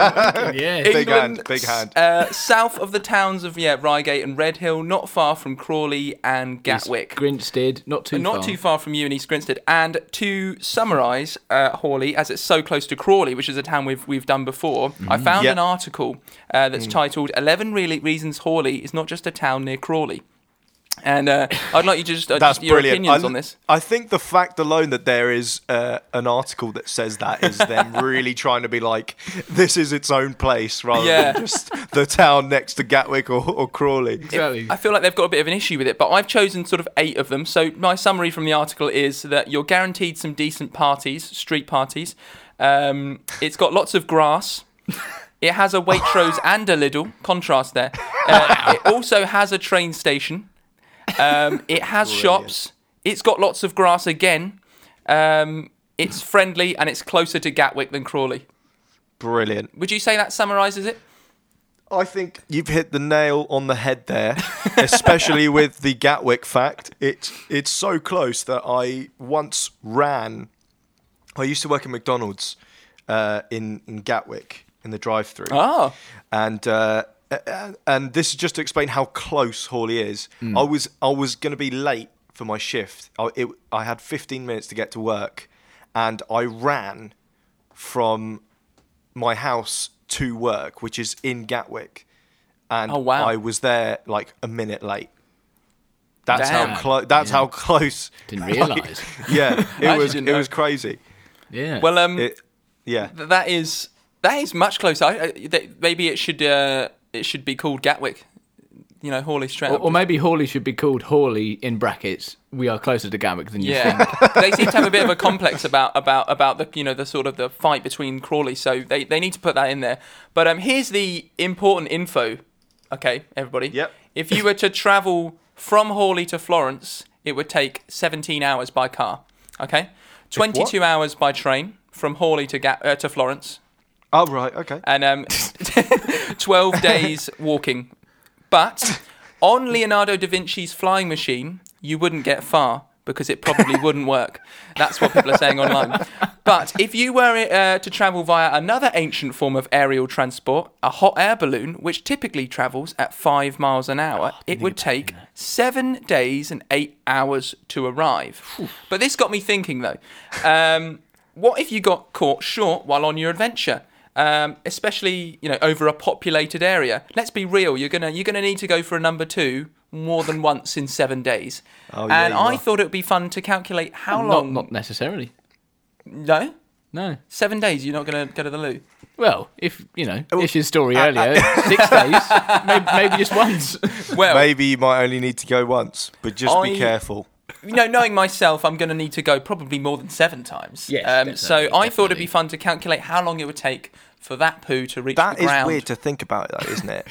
yeah. Big hand, England, big hand. Uh, south of the towns of yeah Reigate and Redhill, not far from Crawley and Gatwick. Grinch did not too not far. too far from you in East Grinstead. And to summarise, uh, Hawley, as it's so close to Crawley, which is a town we've we've done before, I found Mm-hmm. Yeah. Mm. an article uh, that's titled "11 Really Reasons Hawley is Not Just a Town Near Crawley." And uh, I'd like you to just, uh, That's just your brilliant. opinions I, on this. I think the fact alone that there is uh, an article that says that is them really trying to be like, this is its own place rather Yeah. than just the town next to Gatwick or, or Crawley. Exactly. I feel like they've got a bit of an issue with it, but I've chosen sort of eight of them. So my summary from the article is that you're guaranteed some decent parties, street parties. Um, it's got lots of grass. It has a Waitrose and a Lidl. Contrast there. Uh, it also has a train station. Um, it has shops. It's got lots of grass again. Um, it's friendly and it's closer to Gatwick than Crawley. Brilliant. Would you say that summarises it? I think you've hit the nail on the head there, especially with the Gatwick fact. It's it's so close that I once ran. I used to work at McDonald's uh, in in Gatwick in the drive-through, Oh, and uh, a- and this is just to explain how close Hawley is. Hmm. I was I was going to be late for my shift. I it, I had 15 minutes to get to work, and I ran from my house to work, which is in Gatwick, and Oh, wow. I was there like a minute late. That's Damn. how close. That's how close. Didn't like, realise. yeah, it was. It didn't know. was crazy. Yeah. well, um, It, yeah. th- that is that is much closer. I, I, th- maybe it should uh, it should be called Gatwick. You know, Hawley straight or, up. or maybe Hawley should be called Hawley in brackets. We are closer to Gamwick than you think. Yeah, they seem to have a bit of a complex about about about the you know the sort of the fight between Crawley, so they they need to put that in there. But um, here's the important info. Okay, everybody. Yep. If you were to travel from Hawley to Florence, it would take 17 hours by car. Okay, 22 hours by train from Hawley to Ga- uh, to Florence, Oh right. Okay. and um, 12 days walking. But on Leonardo da Vinci's flying machine, you wouldn't get far because it probably wouldn't work. That's what people are saying online. But if you were uh, to travel via another ancient form of aerial transport, a hot air balloon, which typically travels at five miles an hour, it would take seven days and eight hours to arrive. But this got me thinking though. Um, what if you got caught short while on your adventure? Um, especially you know over a populated area. Let's be real. You're gonna you're gonna need to go for a number two more than once in seven days. Oh, yeah, and you I are. thought it would be fun to calculate how Not, long. not necessarily. no, No. seven days. You're not gonna go to the loo. Well, if you know, Oh, if his uh, story earlier, six days, maybe, maybe just once. Well, Maybe you might only need to go once, but just I- be careful. you know, knowing myself, I'm going to need to go probably more than seven times. Yes, um, so I definitely, thought it'd be definitely. fun to calculate how long it would take for that poo to reach That the is ground. weird to think about, though, isn't it?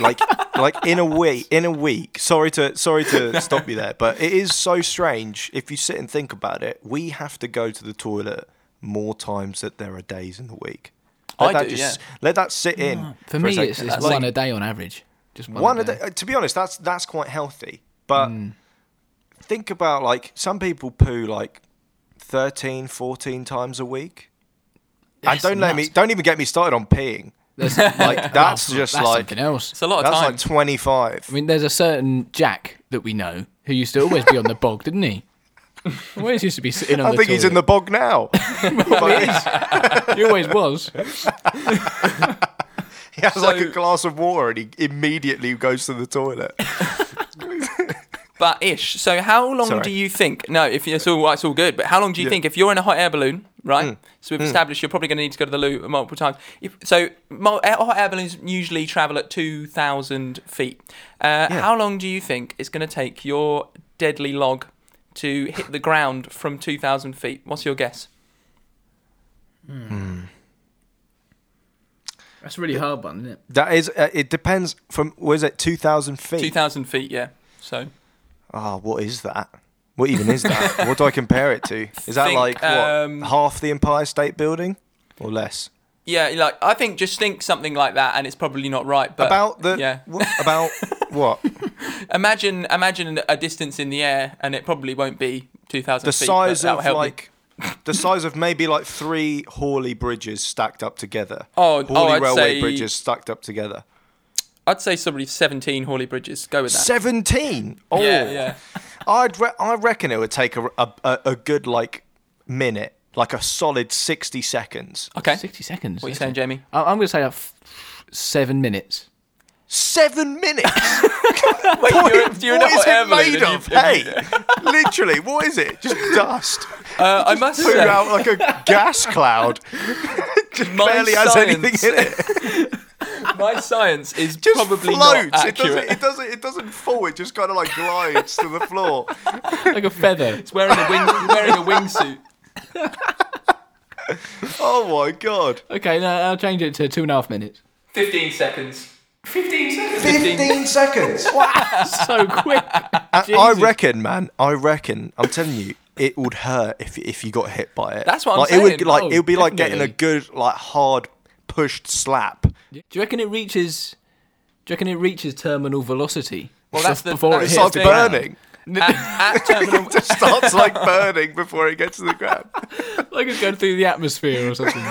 like, like in a week, in a week. Sorry to, sorry to stop you there, but it is so strange if you sit and think about it. We have to go to the toilet more times than there are days in the week. Let I that do, yeah. let that sit in. Mm. For a me, sec. it's, it's like- one a day on average. Just one, one a of day. the, uh, to be honest that's that's quite healthy but think about like some people poo like 13 14 times a week and That's don't let me nuts. don't even get me started on peeing That's, like that's just that's like something else. It's a lot of that's time. like 25 I mean, there's a certain Jack that we know who used to always be on the bog, didn't he? Always used to be sitting on I the think he's in the bog now. But he's- the. He always was. he has like a So- glass of water and he immediately goes to the toilet. but ish. So how long Sorry. do you think? No, if it's all it's all good. But how long do you think if you're in a hot air balloon, Mm. right? So we've established you're probably going to need to go to the loo multiple times. If, so mul- air- hot air balloons usually travel at two thousand feet. Uh, How long do you think it's going to take your deadly log to hit the ground from two thousand feet? What's your guess? That's a really hard one, isn't it? That is, uh, it depends from, was it 2,000 feet? Two thousand feet. Yeah. So Ah, what is that? What even is that? what do I compare it to? Is that Think, like what, um, half the Empire State Building or less? yeah, like I think just think something like that, and it's probably not right. But About the Uh, yeah. wh- about what Imagine, imagine a distance in the air, and it probably won't be two thousand. the feet, size but that'll of help you. like the size of maybe like three Hawley bridges stacked up together. Oh, oh, Hawley I'd railway say- bridges stacked up together. I'd say somebody seventeen Hawley bridges. Go with that. Seventeen. Oh, Yeah, yeah. I'd re- I reckon it would take a, a a a good like minute, like a solid sixty seconds. Okay. 60 seconds. What are you that's saying, it. Jamie? I- I'm going to say uh, f- seven minutes. Seven minutes. Wait, you're, What you're in a is hot air it balloon made and of? you- and Hey, you- literally, what is it? Just dust. Uh, I must Pooed say, out like a gas cloud. Just My barely has science anything in it. my science is Just probably floats. not it doesn't. accurate. It doesn't. It doesn't fall. It just kind of like glides to the floor. Like a feather. It's wearing a wing, wearing a wingsuit. Oh my god! Oh Okay, no, I'll change it to two and a half minutes. 15 seconds. 15 seconds. 15 seconds. so quick. I, I reckon, man. I reckon. I'm telling you, it would hurt if if you got hit by it. That's what I'm like, It would saying. like Oh, it would be like getting a definitely. good like hard pushed slap. Do you reckon it reaches? Do you reckon it reaches terminal velocity? Well, that's the- before that's it It hits Hits starts the the ground? burning. At, at terminal, It starts like burning before it gets to the ground. Like it's going through the atmosphere or something.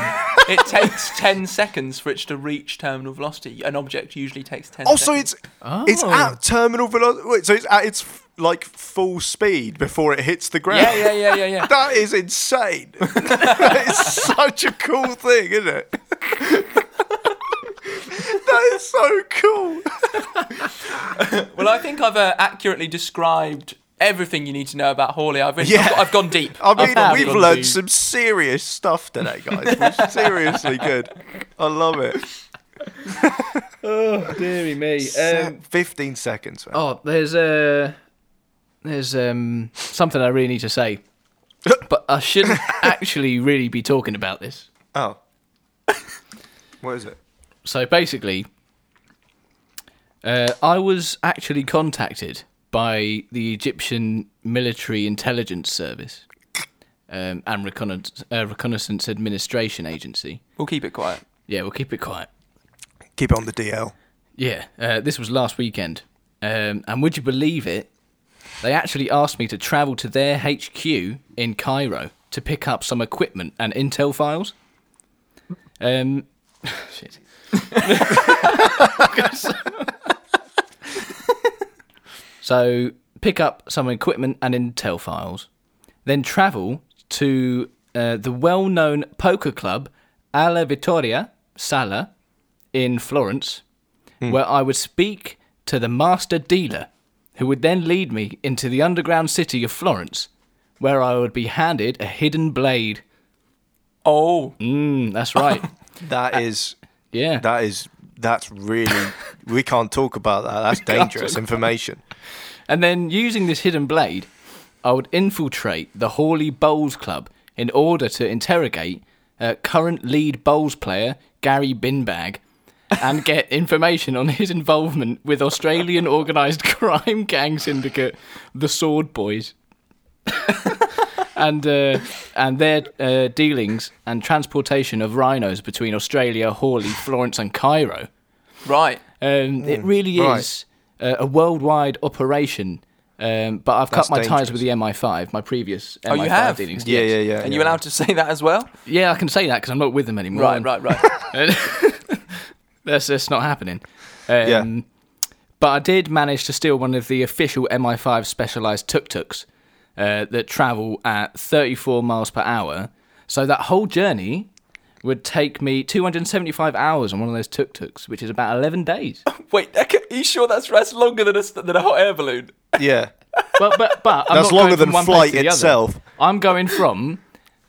it takes 10 seconds for it to reach terminal velocity. An object usually takes 10 Also, seconds. Oh, it's it's Oh. at terminal velocity. Wait, so it's at its f- like full speed before it hits the ground. Yeah, yeah, yeah, yeah, yeah. That is insane. that is such a cool thing, isn't it? that is so cool. Well, I think I've uh, accurately described everything you need to know about Hawley. I've, really, Yeah. Oh. I've, I've gone deep. I mean, found we've it on learned Zoom. some serious stuff today, guys. We're seriously good. I love it. oh, dearie me. Se- 15 seconds, man. Oh, there's uh, there's um something I really need to say, but I shouldn't actually really be talking about this. Oh. What is it? So basically, uh, I was actually contacted by the Egyptian military intelligence service um, and reconnaissance, uh, reconnaissance administration agency. We'll keep it quiet. Yeah, we'll keep it quiet. Keep it on the DL. Yeah, uh, this was last weekend. Um, and would you believe it? They actually asked me to travel to their HQ in Cairo to pick up some equipment and intel files. Um, shit. so, pick up some equipment and intel files, then travel to uh, the well known poker club Alla Vittoria Sala in Florence where I would speak to the master dealer, who would then lead me into the underground city of Florence, where I would be handed a hidden blade. Oh, Mm, that's right. That is, yeah. that is, that's really, we can't talk about that. That's dangerous information. And then using this hidden blade, I would infiltrate the Hawley Bowls Club in order to interrogate uh, current lead bowls player Gary Binbag and get information on his involvement with Australian organised crime gang syndicate, the Sword Boys. and uh, and their uh, dealings and transportation of rhinos between Australia, Hawley, Florence, and Cairo. right. Um, it really Mm. right. is uh, a worldwide operation. Um, but I've That's cut my ties dangerous. with the MI5, my previous MI5 Oh, you have? dealings. Yeah, yeah, yeah. And yeah. Mm. you allowed to say that as well? Yeah, I can say that because I'm not with them anymore. Right, right, right. that's that's not happening. Um, But I did manage to steal one of the official MI5 specialized tuk tuks uh, that travel at 34 miles per hour. So that whole journey would take me 275 hours on one of those tuk tuks, which is about 11 days. Wait, that could- are you sure that's, that's longer than a, s- than a hot air balloon? Yeah. but but but I'm That's not longer going than from one flight place to the other. itself. I'm going from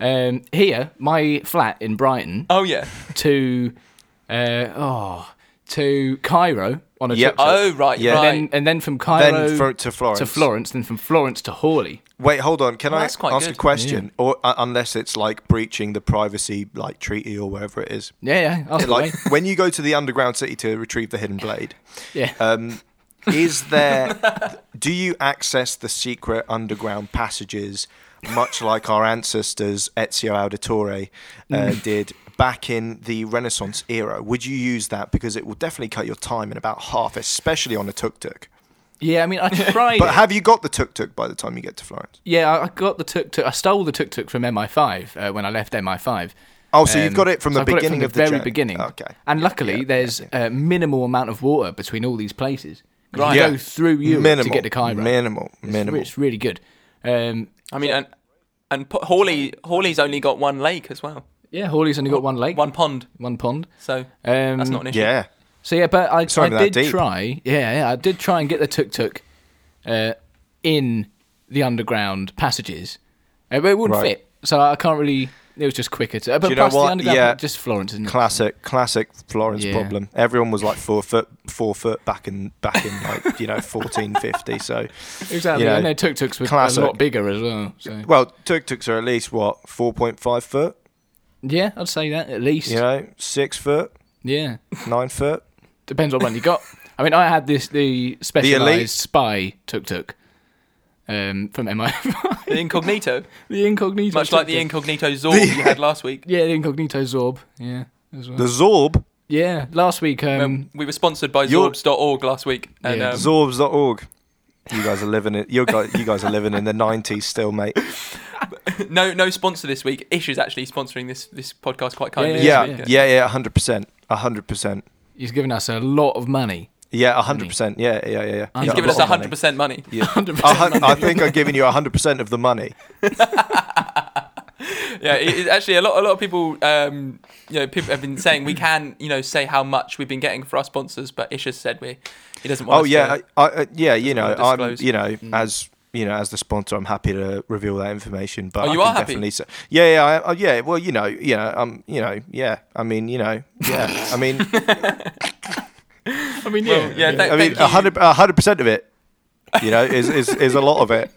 um, here, my flat in Brighton, Oh, yeah. to uh, oh to Cairo on a Yep. trip. Oh, right, Yeah. and right. then and then from Cairo fro- to Florence. to Florence, then from Florence to Hawley. Wait, hold on. Can Well, I that's ask quite a good. question? Or uh, unless it's like breaching the privacy like treaty or whatever it is. Yeah, yeah, ask away. Like when you go to the underground city to retrieve the hidden blade, yeah. um, is there? do you access the secret underground passages, much like our ancestors Ezio Auditore uh, Mm. did? Back in the Renaissance era, would you use that because it will definitely cut your time in about half, especially on a tuk tuk. yeah, I mean, I tried. But have you got the tuk tuk by the time you get to Florence? yeah, I- I got the tuk tuk. I stole the tuk tuk from MI5 uh, when I left MI5. Oh, so you've Um, got it from the so I've got it beginning of the very journey. beginning. Okay. And luckily, Yeah, there's yeah, a minimal amount of water between all these places. 'Cause Right. You Yeah. go through Europe minimal, to get to Cairo. Minimal, minimal. It's really good. Um, I mean, and, and P- Hawley, Hawley's only got one lake as well, yeah, Hawley's Oh, only got one lake, one pond. one pond. So Um, that's not an issue. Mm, Yeah. So yeah, but I, Sorry, but I that did deep. try. Yeah, yeah, I did try and get the tuk tuk uh, in the underground passages, uh, but it wouldn't Right. fit. So I can't really. It was just quicker. To, uh, but you know plus what? the underground, Yeah. just Florence, isn't it? Classic, classic Florence Yeah. problem. Everyone was like four foot, four foot back in back in like you know fourteen fifty. So, exactly. you know, and their tuk tuks were classic. a lot bigger as well. So well, tuk tuks are at least what four point five foot. yeah, I'd say that at least. You know, six foot. Yeah. Nine foot. Depends what one you got. I mean, I had this the specialized spy tuk tuk um, from MI. The incognito, the incognito. much like the tuk-tuk. incognito Zorb you had last week. Yeah, the incognito Zorb. Yeah, as well. The Zorb. yeah, last week. Um, Um, we were sponsored by Your- Zorbs.org last week, and Yeah. um, Zorbs.org. You guys are living it. You guys, you guys are living in the '90s still, mate. no no sponsor this week. Ish is actually sponsoring this this podcast quite Yeah, kindly. Yeah, this yeah, week. yeah. Hundred percent. hundred percent. he's given us a lot of money. Yeah, hundred percent. Yeah, yeah, yeah. yeah. He's He's yeah, Got given a us lot of money. 100 percent money. Yeah. A hun- I think I've given you hundred percent of the money. Yeah, it, it's actually a lot. A lot of people, um, you know, people have been saying we can, you know, say how much we've been getting for our sponsors, but Ish has said we he doesn't want. Oh us yeah, to- I, I, yeah. You know, wanna I'm. disclose. Mm. You know, as you know, as the sponsor, I'm happy to reveal that information. But Oh, you I are can happy? definitely say, yeah, yeah, I, I- yeah. Well, you know, yeah, um, you know, yeah. I mean, you know, yeah. I mean, I mean, Well, yeah, thank- I mean, you. hundred percent of it. You know, is, is is a lot of it,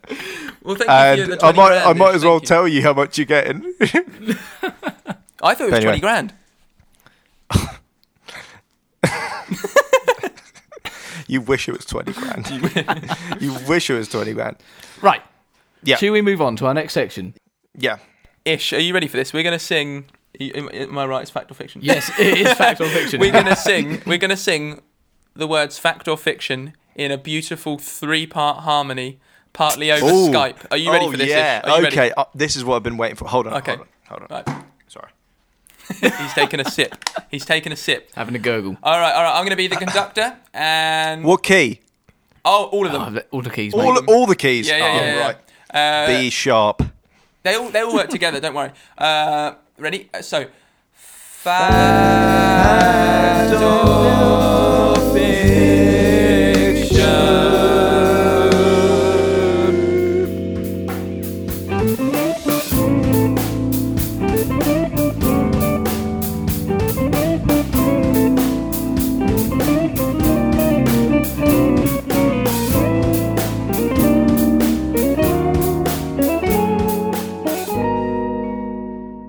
Well, thank you for and the I 20 might grand, I might Ish, as well thank you. tell you how much you're getting. I thought it was Anyway. 20 grand. you wish it was twenty grand. you wish it was twenty grand. Right. Yeah. Should we move on to our next section? Yeah. Ish, are you ready for this? We're gonna sing. Am am I right? It's fact or fiction. Yes, it is fact or fiction. we're gonna sing. We're gonna sing the words fact or fiction in a beautiful three-part harmony, partly over Ooh. Skype. Are you ready Oh, for this? Yeah. Ish? Are you ready? okay. Uh, this is what I've been waiting for. Hold on. Okay. Hold on. Hold on. Right. Sorry. He's taking a sip. He's taking a sip. Having a gurgle. All right, all right. I'm going to be the conductor, and What key? oh, all of Oh, them. I've let- all the keys, mate. All, all the keys. yeah, yeah, Oh, yeah. yeah. Right. Uh, B sharp. They all they all work together. Don't worry. Uh, ready? Uh, So, fact or fiction.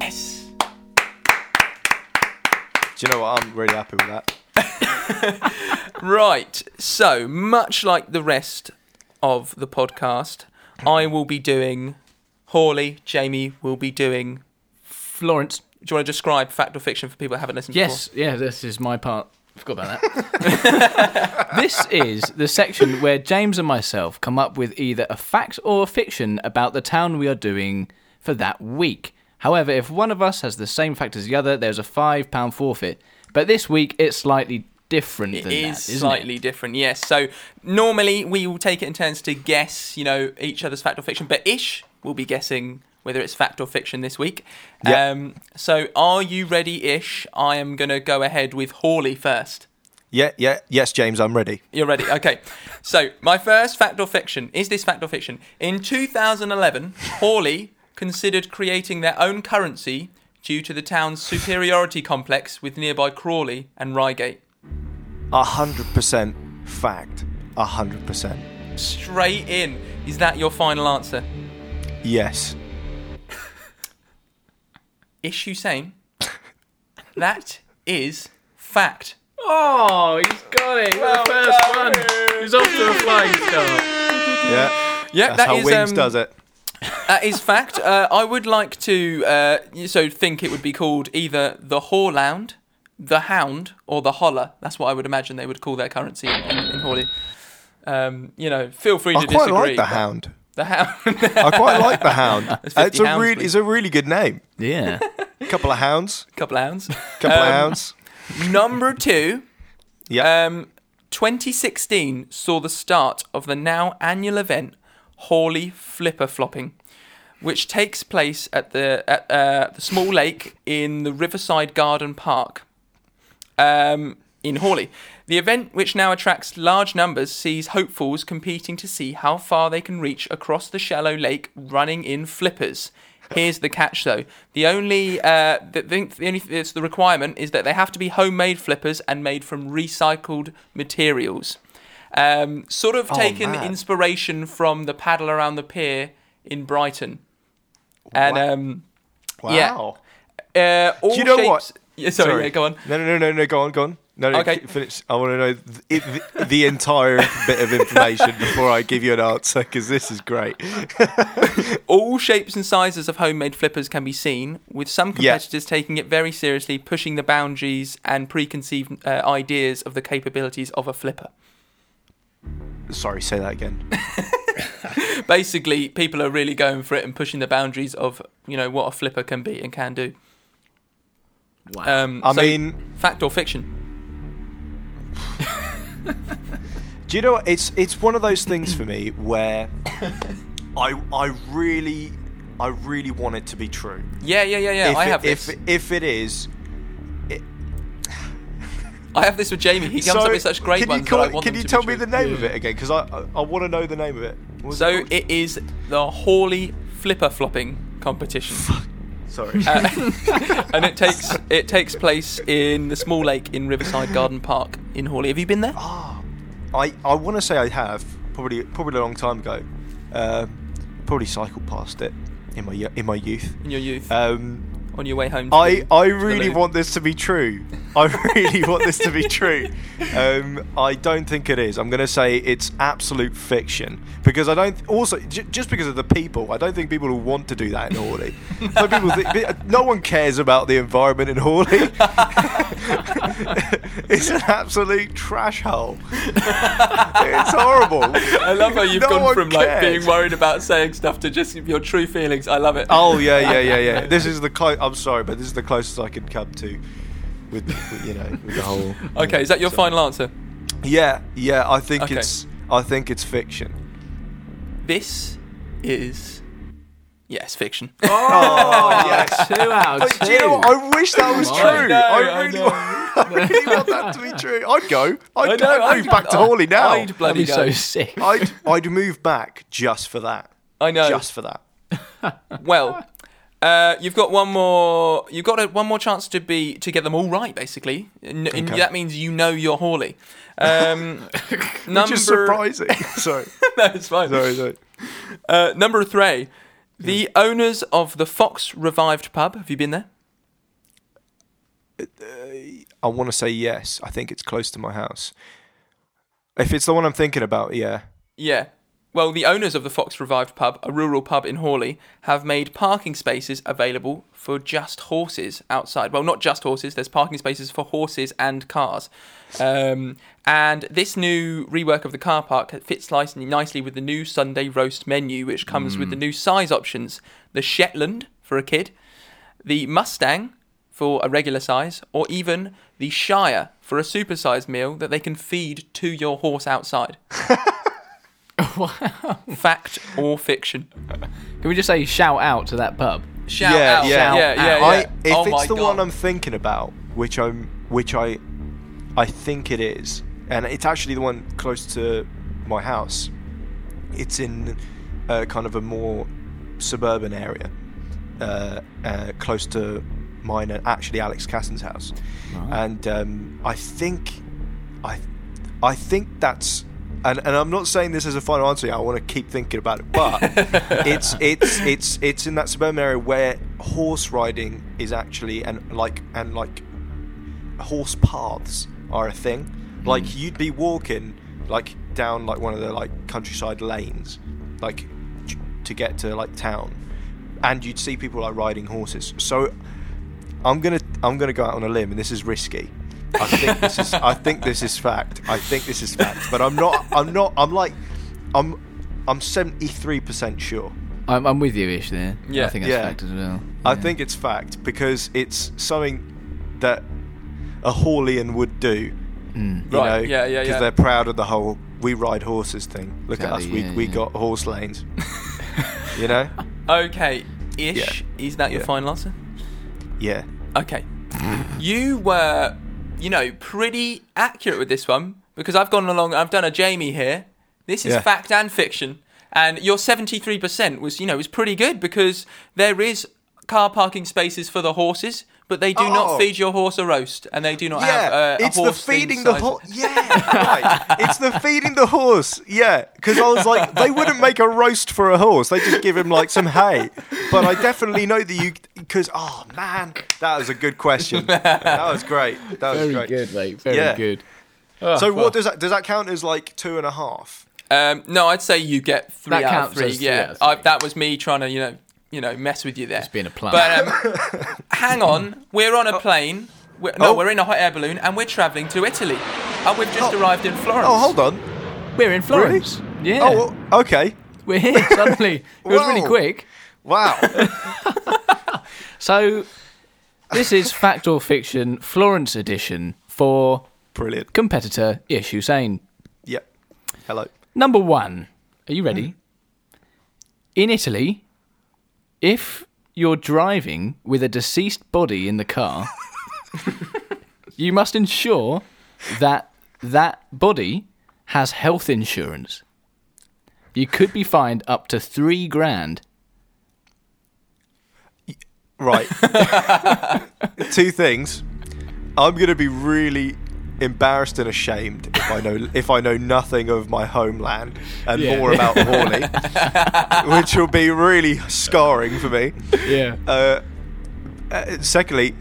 Yes. Do you know what? I'm really happy with that. Right. So, much like the rest of the podcast, I will be doing. Hawley, Jamie will be doing. Florence. Do you want to describe fact or fiction for people that haven't listened? Yes, yeah, this is my part. Forgot about that. this is the section where James and myself come up with either a fact or a fiction about the town we are doing for that week. However, if one of us has the same fact as the other, there's a £5 forfeit. But this week, it's slightly different It than is that, isn't slightly it? different, yes. So normally we will take it in turns to guess, you know, each other's fact or fiction, but Ish will be guessing whether it's fact or fiction this week. Yeah. Um, so are you ready, Ish? I am going to go ahead with Hawley first. Yeah, yeah, yes, James, I'm ready. You're ready. Okay. So my first fact or fiction is this fact or fiction. In 2011, Hawley considered creating their own currency due to the town's superiority complex with nearby Crawley and Reigate. A hundred percent fact. A hundred percent. Straight in. Is that your final answer? Yes. Ish Hussein. That is fact. Oh, he's got it. the first one. He's off to a flying start. Yeah. Yeah, That's that how is, Wings um, does it. That is fact. Uh, I would like to uh, so think it would be called either the Horlound, the Hound, or the Holler. That's what I would imagine they would call their currency in, in Hawley. Um, you know, feel free to I quite disagree. like the but hound. The Hound. I quite like the hound. It's, 50 a hounds, really, please. it's a really good name. Yeah. Couple of hounds. couple of hounds. Couple Um, of hounds. Number two. Yeah. Um, 2016 saw the start of the now annual event Hawley Flipper Flopping, which takes place at the at, uh, the small lake in the Riverside Garden Park um, in Hawley. The event, which now attracts large numbers, sees hopefuls competing to see how far they can reach across the shallow lake running in flippers. Here's the catch, though. The only uh, the, the, the only it's the requirement is that they have to be homemade flippers and made from recycled materials. Um, sort of Oh, taken man. inspiration from the paddle around the pier in Brighton, and Wow. um, wow. yeah. uh, all Do you know shapes, what? Yeah, sorry, yeah, go on. No, no, no, no, no. Go on, go on. No, no. Okay. Okay. Finish. I want to know th- it, the, the entire bit of information before I give you an answer because this is great. All shapes and sizes of homemade flippers can be seen, with some Yeah. competitors taking it very seriously, pushing the boundaries and preconceived uh, ideas of the capabilities of a flipper. Sorry, say that again. Basically, people are really going for it and pushing the boundaries of you know what a flipper can be and can do. Wow. Um, I so, mean- fact or fiction? Do you know what? It's it's one of those things for me where I I really I really want it to be true. Yeah, yeah, yeah, yeah. if I it- have if this. if it is. I have this with Jamie. He comes up Sorry, with such great can ones. You call that I it- want can them to be you tell true. me the name of it again? Because I I, I want to know the name of it. What was So called? it is the Hawley flipper flopping competition. sorry. Uh, and it takes it takes place in the small lake in Riverside Garden Park in Hawley. Have you been there? I, I want to say I have probably probably a long time ago. Um probably cycled past it in my yo- in my youth. In your youth, Um, on your way home. to I the- I to the really loo? want this to be true. I really want this to be true. Um, I don't think it is. I'm going to say it's absolute fiction because I don't. Also, j- just because of the people, I don't think people will want to do that in Hawley. Some people, think, no one cares about the environment in Hawley. it's an absolute trash hole. it's horrible. I love how you've No gone one from like cares. being worried about saying stuff to just your true feelings. I love it. Oh yeah, yeah, yeah, yeah. This is the clo- I'm sorry, but this is the closest I could come to, with, with you know, with the whole. Okay, is that your so- final answer? Yeah, yeah. I think Okay. it's. I think it's fiction. This is yes, fiction. Oh yes. two out of But do you know what? I wish that was I true. I, know, I really, know. want, I really want that to be true. I'd go. I'd, I know, I'd move I'd- back to Hawley now. I'd I'd, That'd bloody be so go. sick. I'd, move back just for that. I know. Just for that. Well, uh, you've got one more. You've got a, one more chance to be to get them all right. Basically, N- and Okay. that means you know you're Hawley. Um, number, Just surprising. sorry. no, it's fine. Sorry. Sorry. Uh, number three, the owners of the Fox Revived Pub. Have you been there? I want to say yes. I think it's close to my house. If it's the one I'm thinking about, yeah. Yeah. Well, the owners of the Fox Revived Pub, a rural pub in Hawley, have made parking spaces available for just horses outside. Well, not just horses, there's parking spaces for horses and cars. Um, and this new rework of the car park fits nicely, nicely with the new Sunday roast menu, which comes with the new size options the Shetland for a kid, the Mustang for a regular size, or even the Shire for a supersized meal that they can feed to your horse outside. Fact or fiction? Can we just say shout out to that pub? Shout out. yeah. yeah, yeah, yeah. I, if oh my it's the God. one I'm thinking about, which I'm, which I, I think it is, and it's actually the one close to my house. It's in uh, kind of a more suburban area, uh, uh, close to mine and actually Alex Caston's house, and um, I think, I, I think that's. And, and I'm not saying this as a final answer. I want to keep thinking about it, but it's it's it's it's in that suburban area where horse riding is actually and like and like horse paths are a thing. Like you'd be walking like down like one of the like countryside lanes, like t- to get to like town, and you'd see people like riding horses. So I'm gonna I'm gonna go out on a limb, and this is risky. I think this is I think this is fact. I think this is fact, but I'm not I'm not I'm like I'm I'm 73 percent sure. I'm, I'm with you, Ish. There. Yeah. I think that's Yeah. fact as well. I Yeah. think it's fact because it's something that a Hawleyan would do. You Right, know, yeah, yeah, yeah. Because they're proud of the whole "we ride horses" thing. Look at us, Exactly, we yeah, we yeah. got horse lanes. you know? Okay, ish. Is that your Yeah. final answer? Yeah. Okay. you were, you know, pretty accurate with this one because I've gone along. I've done a Jamie here. This is Yeah. fact and fiction, and your seventy-three percent was, you know, was pretty good because there is car parking spaces for the horses, but but they do Oh. not feed your horse a roast, and they do not have Yeah, uh, a it's the horse thing feeding the size- horse. Yeah, right. It's the feeding the horse. Yeah, because I was like, they wouldn't make a roast for a horse. They just give him like some hay. But I definitely know that you, because oh man, that was a good question. That was great. That was great. mate. Very Yeah. good. Oh, Ah, So what does that does that count as like two and a half? Um, no, I'd say you get three That out of counts three. as three out yeah, of I, three. that was me trying to you know you know mess with you there. Just being a plumber. But um, hang on, we're on a plane. We're, no, Oh. we're in a hot air balloon, and we're traveling to Italy. And we've just Oh. arrived in Florence. Oh, hold on. We're in Florence. Yeah. Oh, well, okay. We're here suddenly. It was really Whoa. quick. Wow. So, this is Fact or Fiction Florence edition for Brilliant. competitor Ish Hussein. Yep. Hello. Number one. Are you ready? In Italy, if you're driving with a deceased body in the car, you must ensure that that body has health insurance. You could be fined up to three grand. Right. Two things. I'm going to be really embarrassed and ashamed if I know if I know nothing of my homeland and Yeah. more about Horney, which will be really scarring for me. Yeah. Uh, secondly,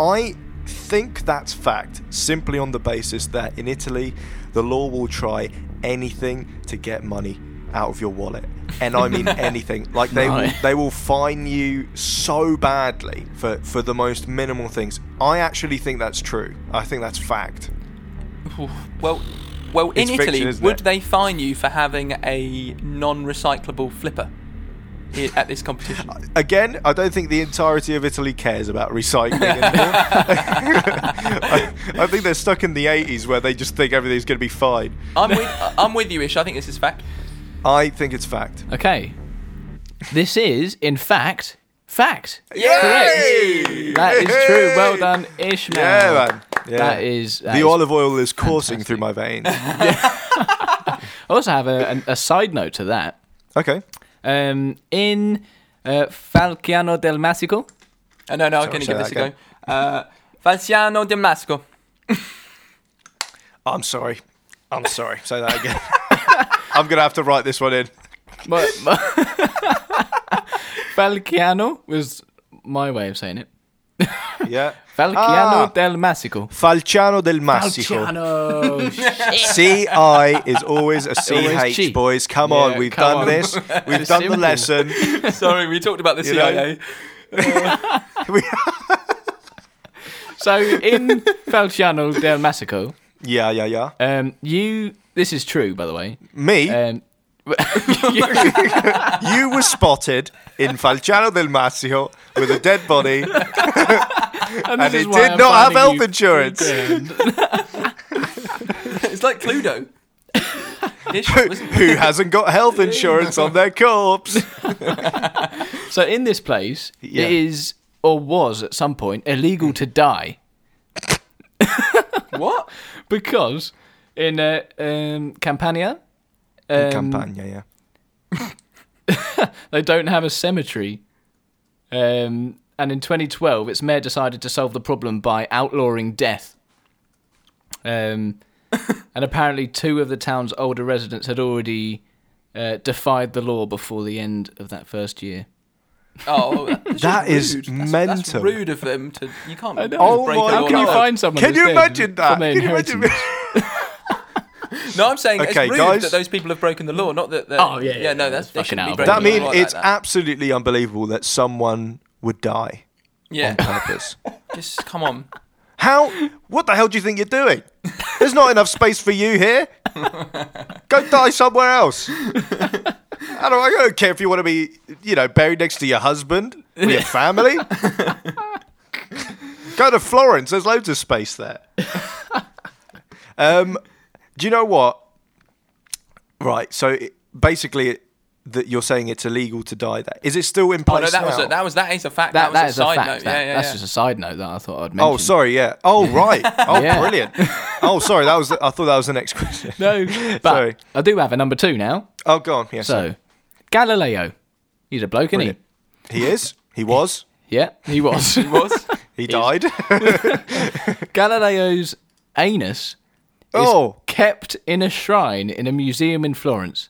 I think that's fact simply on the basis that in Italy, the law will try anything to get money out of your wallet. And I mean anything. Like they will, Right. they will fine you so badly for, for the most minimal things. I actually think that's true. I think that's fact. Well, well, in It's Italy, fiction, isn't would it? they fine you for having a non-recyclable flipper here at this competition? Again, I don't think the entirety of Italy cares about recycling anymore. I, I think they're stuck in the 80s where they just think everything's going to be fine. I'm with, I'm with you, Ish. I think this is fact. I think it's fact. Okay. This is, in fact, fact. Yay! That is true. Well done, Ishmael. Yeah, man. Yeah. That is. that the is- olive oil is coursing through my veins. I also have a, an- a side note to that. okay. Um, in uh, Falciano del Masico, Uh, no, no, I'm Sorry, going to say give that this a again. go. Uh, Falciano di Masco. I'm sorry. I'm sorry. Say that again. I'm going to have to write this one in. my, my Falciano was my way of saying it. Yeah. Falciano Ah. del Masico. Falciano del Massico. Falciano. CI is always a CH, G. boys. Come Yeah, on. We've come on. done this. We've It's done simple. the lesson. Sorry, we talked about the You know. CIA. so in Falciano del Masico, Yeah, yeah, yeah. um, you. This is true, by the way. Me, Um, you were spotted in Falciano del Massico with a dead body, and this is it why did I'm not finding have health you- insurance. It's like Cluedo. Ish, wasn't it? who hasn't got health insurance on their corpse. So in this place, Yeah. it is or was at some point illegal to die what? because in uh, um, Campania, um, Campania, yeah. they don't have a cemetery. Um, and in 2012, its mayor decided to solve the problem by outlawing death. Um, and apparently, two of the town's older residents had already uh, defied the law before the end of that first year. Oh, that's That just is rude. That's, mental. that's rude of them to. You can't. know. Oh break my the law How can like you that. God. find someone? Can that's you dead imagine that? from their Can you imagine? inheritance? No, I'm saying Okay, it's rude guys. that those people have broken the law, not that. they're- Oh, yeah, yeah, yeah. No, yeah, that's fucking fucking out out. of that order. mean like it's that. absolutely unbelievable that someone would die yeah. on purpose. Just come on. Oh, How? What the hell do you think you're doing? There's not enough space for you here. Go die somewhere else. I don't, I don't care if you want to be, you know, buried next to your husband or your family. Go to Florence. There's loads of space there. Um, do you know what? Right. So it, basically, that you're saying it's illegal to die. There is it still in Oh place no, that now? was a, that was that is a fact. That, That, that was is a a side fact. note. that, yeah, yeah, that's yeah. just a side note that I thought I'd mention. Oh, sorry, yeah. Oh, right. Oh, Yeah. brilliant. Oh, sorry, that was. The, I thought that was the next question. No, but Sorry. I do have a number two now. Oh, go on. Yes, So, Galileo, he's a bloke, isn't Brilliant. he is. He was. he? Yeah, he was. It was. He died. Galileo's anus is Oh. kept in a shrine in a museum in Florence.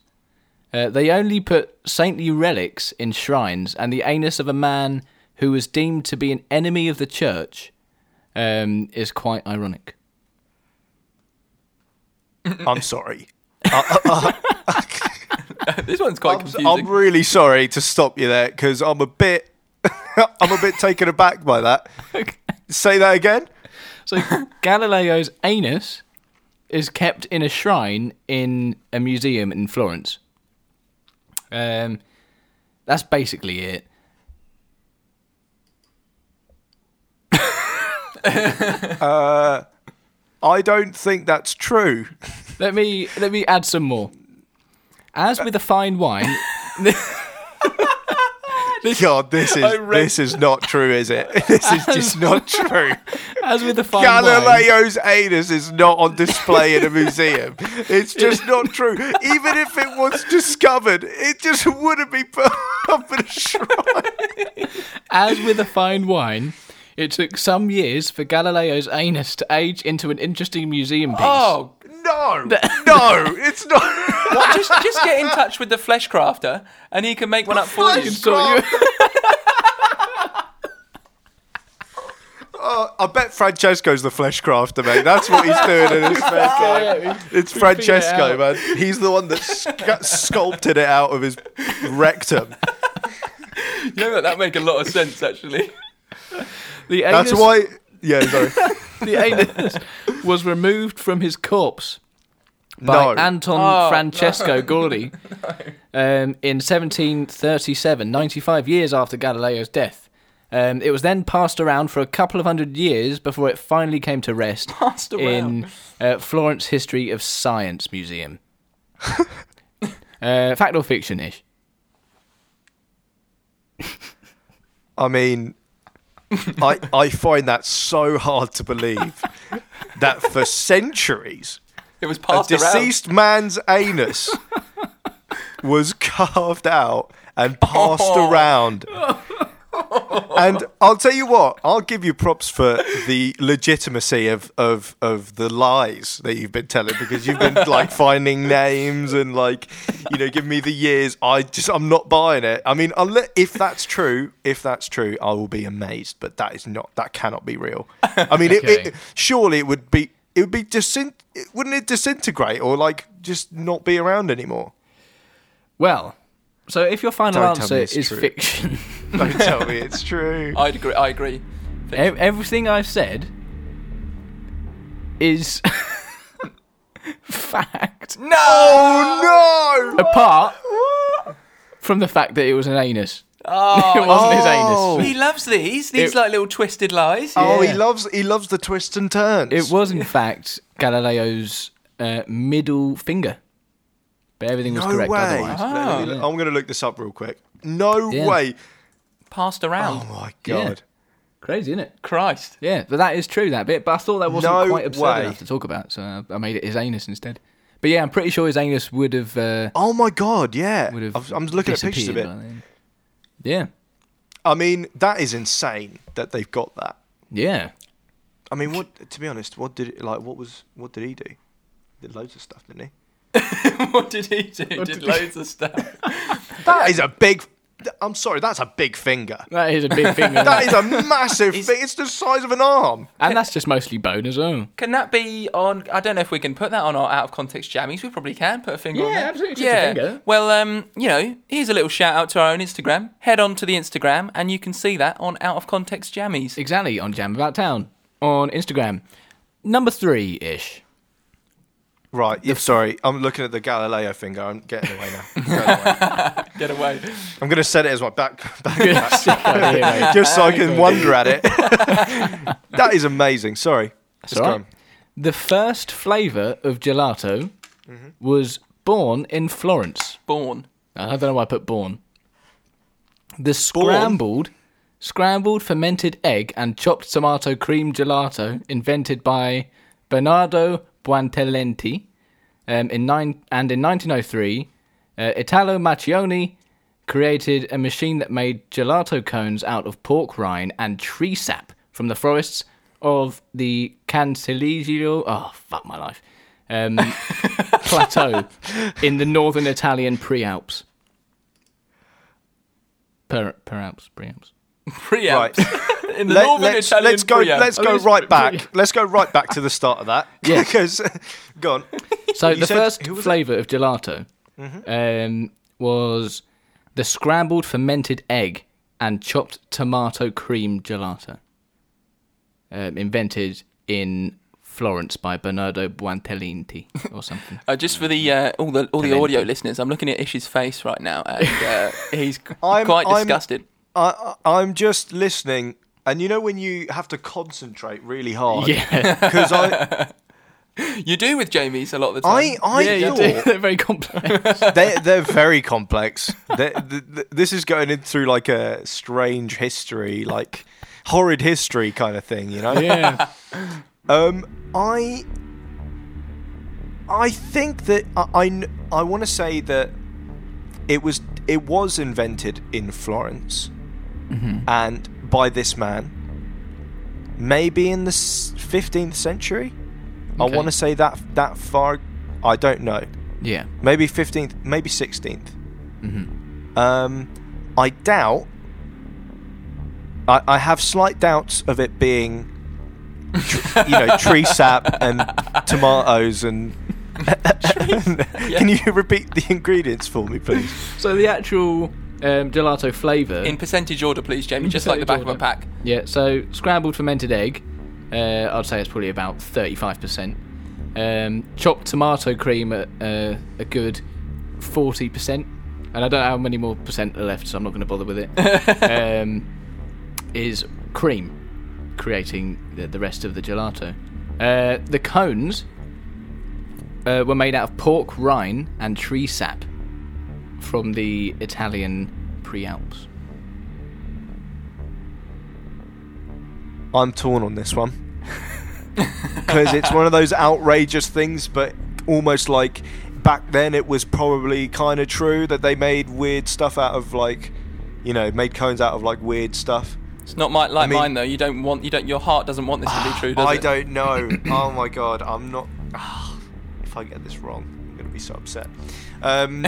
Uh, they only put saintly relics in shrines, and the anus of a man who was deemed to be an enemy of the church um, is quite ironic. I'm sorry. This one's quite I'm, confusing. I'm really sorry to stop you there because I'm a bit, I'm a bit taken aback by that. Say that again. So Galileo's anus is kept in a shrine in a museum in Florence. Um, that's basically it. I don't think that's true. Let me let me add some more. As with a fine wine, God, this is read- this is not true, is it? This is just not true. as with a fine wine, Galileo's anus is not on display in a museum. It's just not true. Even if it was discovered, it just wouldn't be put up in a shrine. as with a fine wine, it took some years for Galileo's anus to age into an interesting museum piece. oh, No, no, it's not. what? just just get in touch with the flesh crafter, and he can make one up for you. So you- Oh, I bet Francesco's the flesh crafter, mate. That's what he's doing in his spare Oh, time. It's Francesco, out. man. He's the one that sc- sculpted it out of his rectum. You know what, that make a lot of sense actually. the That's anus, why. Yeah, sorry. the anus was removed from his corpse by No. Anton Oh, Francesco Gordi um, in 1737, 95 years after Galileo's death. Um, it was then passed around for a couple of hundred years before it finally came to rest Passed in around. uh, Florence History of Science Museum. uh, fact or fiction ish? I mean, I I find that so hard to believe that for centuries It was a passed around. deceased man's anus was carved out and passed Oh. around. And I'll tell you what, I'll give you props for the legitimacy of, of, of the lies that you've been telling because you've been like finding names and like, you know, give me the years. I just, I'm not buying it. I mean, unless, if that's true, if that's true, I will be amazed, but that is not, that cannot be real. I mean, it, Okay. it, surely it would be it would be disin- it- wouldn't it disintegrate or like just not be around anymore Well, so if your final Don't tell answer me it's is true. fiction, don't tell me it's true I agree. I agree. e- everything I've said is fact. No. oh no apart from the fact that it was an anus. it wasn't Oh, Oh. his anus. he loves these. These It- like little twisted lies. oh Yeah. he loves he loves the twists and turns It was, in fact, Galileo's uh, middle finger. But everything was no correct way Ah. otherwise. Let me- i'm gonna look this up real quick no Yeah. way Passed oh around. my Yeah. god Crazy, isn't it? Christ. Yeah, but that is true, that bit. But I thought that wasn't No quite absurd way. enough to talk about, so I- I made it his anus instead. But yeah, I'm pretty sure his anus would have. Uh, oh my god yeah would have I've- i'm looking at pictures of disappeared it by then. Yeah. i mean that is insane that they've got that Yeah. i mean what to be honest what did it like what was what did he do He did loads of stuff didn't he what did he do? Did, did he- loads of stuff. That is a big. I'm sorry, that's a big finger. That is a big finger. That is a massive thing. It's the size of an arm. and that's just mostly bone as well. Can that be on? I don't know if we can put that on our out of context jammies. We probably can put a finger on Yeah, that. absolutely, just a Yeah. finger. Well, um, you know, here's a little shout out to our own Instagram. Head on to the Instagram, and you can see that on out of context jammies. Exactly, on Jam About Town, on Instagram. Number three ish. Right. Yeah, sorry, I'm looking at the Galileo finger. I'm getting away now. Going away. Get away. I'm going to set it as my back, back That's just so I can wonder at it. that is amazing. Sorry. Just all go right. on. The first flavour of gelato Mm-hmm. was born in Florence. Born. Uh, I don't know why I put born. The scrambled, scrambled fermented egg and chopped tomato cream gelato invented by Bernardo Buontalenti um, in nine and in 1903, uh, Italo Macchioni created a machine that made gelato cones out of pork rind and tree sap, from the forests of the Cancelligio. Oh, fuck my life. Um, plateau in the northern Italian Prealps. Per, Peralps, Prealps. Preamps. In the Let, northern us Italian Oh, let's go. preamps. Let's go it's right pre- back. Let's go right back to the start of that. Yeah. because go on. So the said- first who was it? Mm-hmm. flavour of gelato um, was the scrambled fermented egg and chopped tomato cream gelato, um, invented in Florence by Bernardo Buontalenti or something. Uh, just for the uh, all the all the Fermented. audio listeners, I'm looking at Ish's face right now, and uh, he's I'm- quite I'm- disgusted. I, I- I'm just listening, and you know when you have to concentrate really hard. yeah, Because I, You do with Jamie's a lot of the time. I, I yeah, thought they're very complex. they, they're very complex. They- th th this is going in through like a strange history, like horrid history kind of thing, you know. yeah, Um, I, I think that I, I, kn- I want to say that it was it was invented in Florence, Mm-hmm. and by this man, maybe in the fifteenth century. I Okay. want to say that that far. I don't know yeah. maybe 15th, maybe 16th. Um, I doubt. I, I have slight doubts of it being, tr- you know, tree sap and tomatoes and. Can you repeat the ingredients for me, please? So the actual um, gelato flavour In percentage order, please, Jamie, just like the back percentage of a pack. Yeah, so scrambled fermented egg, uh, I'd say it's probably about 35%. Um, chopped tomato cream, at, uh, a good 40%. And I don't know how many more percent are left, so I'm not going to bother with it. um, is cream, creating the, the rest of the gelato. Uh, the cones uh, were made out of pork rind and tree sap from the Italian Prealps. I'm torn on this one because it's one of those outrageous things, but almost like back then it was probably kind of true that they made weird stuff out of like, you know, made cones out of like weird stuff. It's not my, like mean- mine though. You don't want you don't your heart doesn't want this to be true, does I it? don't know. oh my god, I'm not. if I get this wrong, I'm gonna be so upset. Um,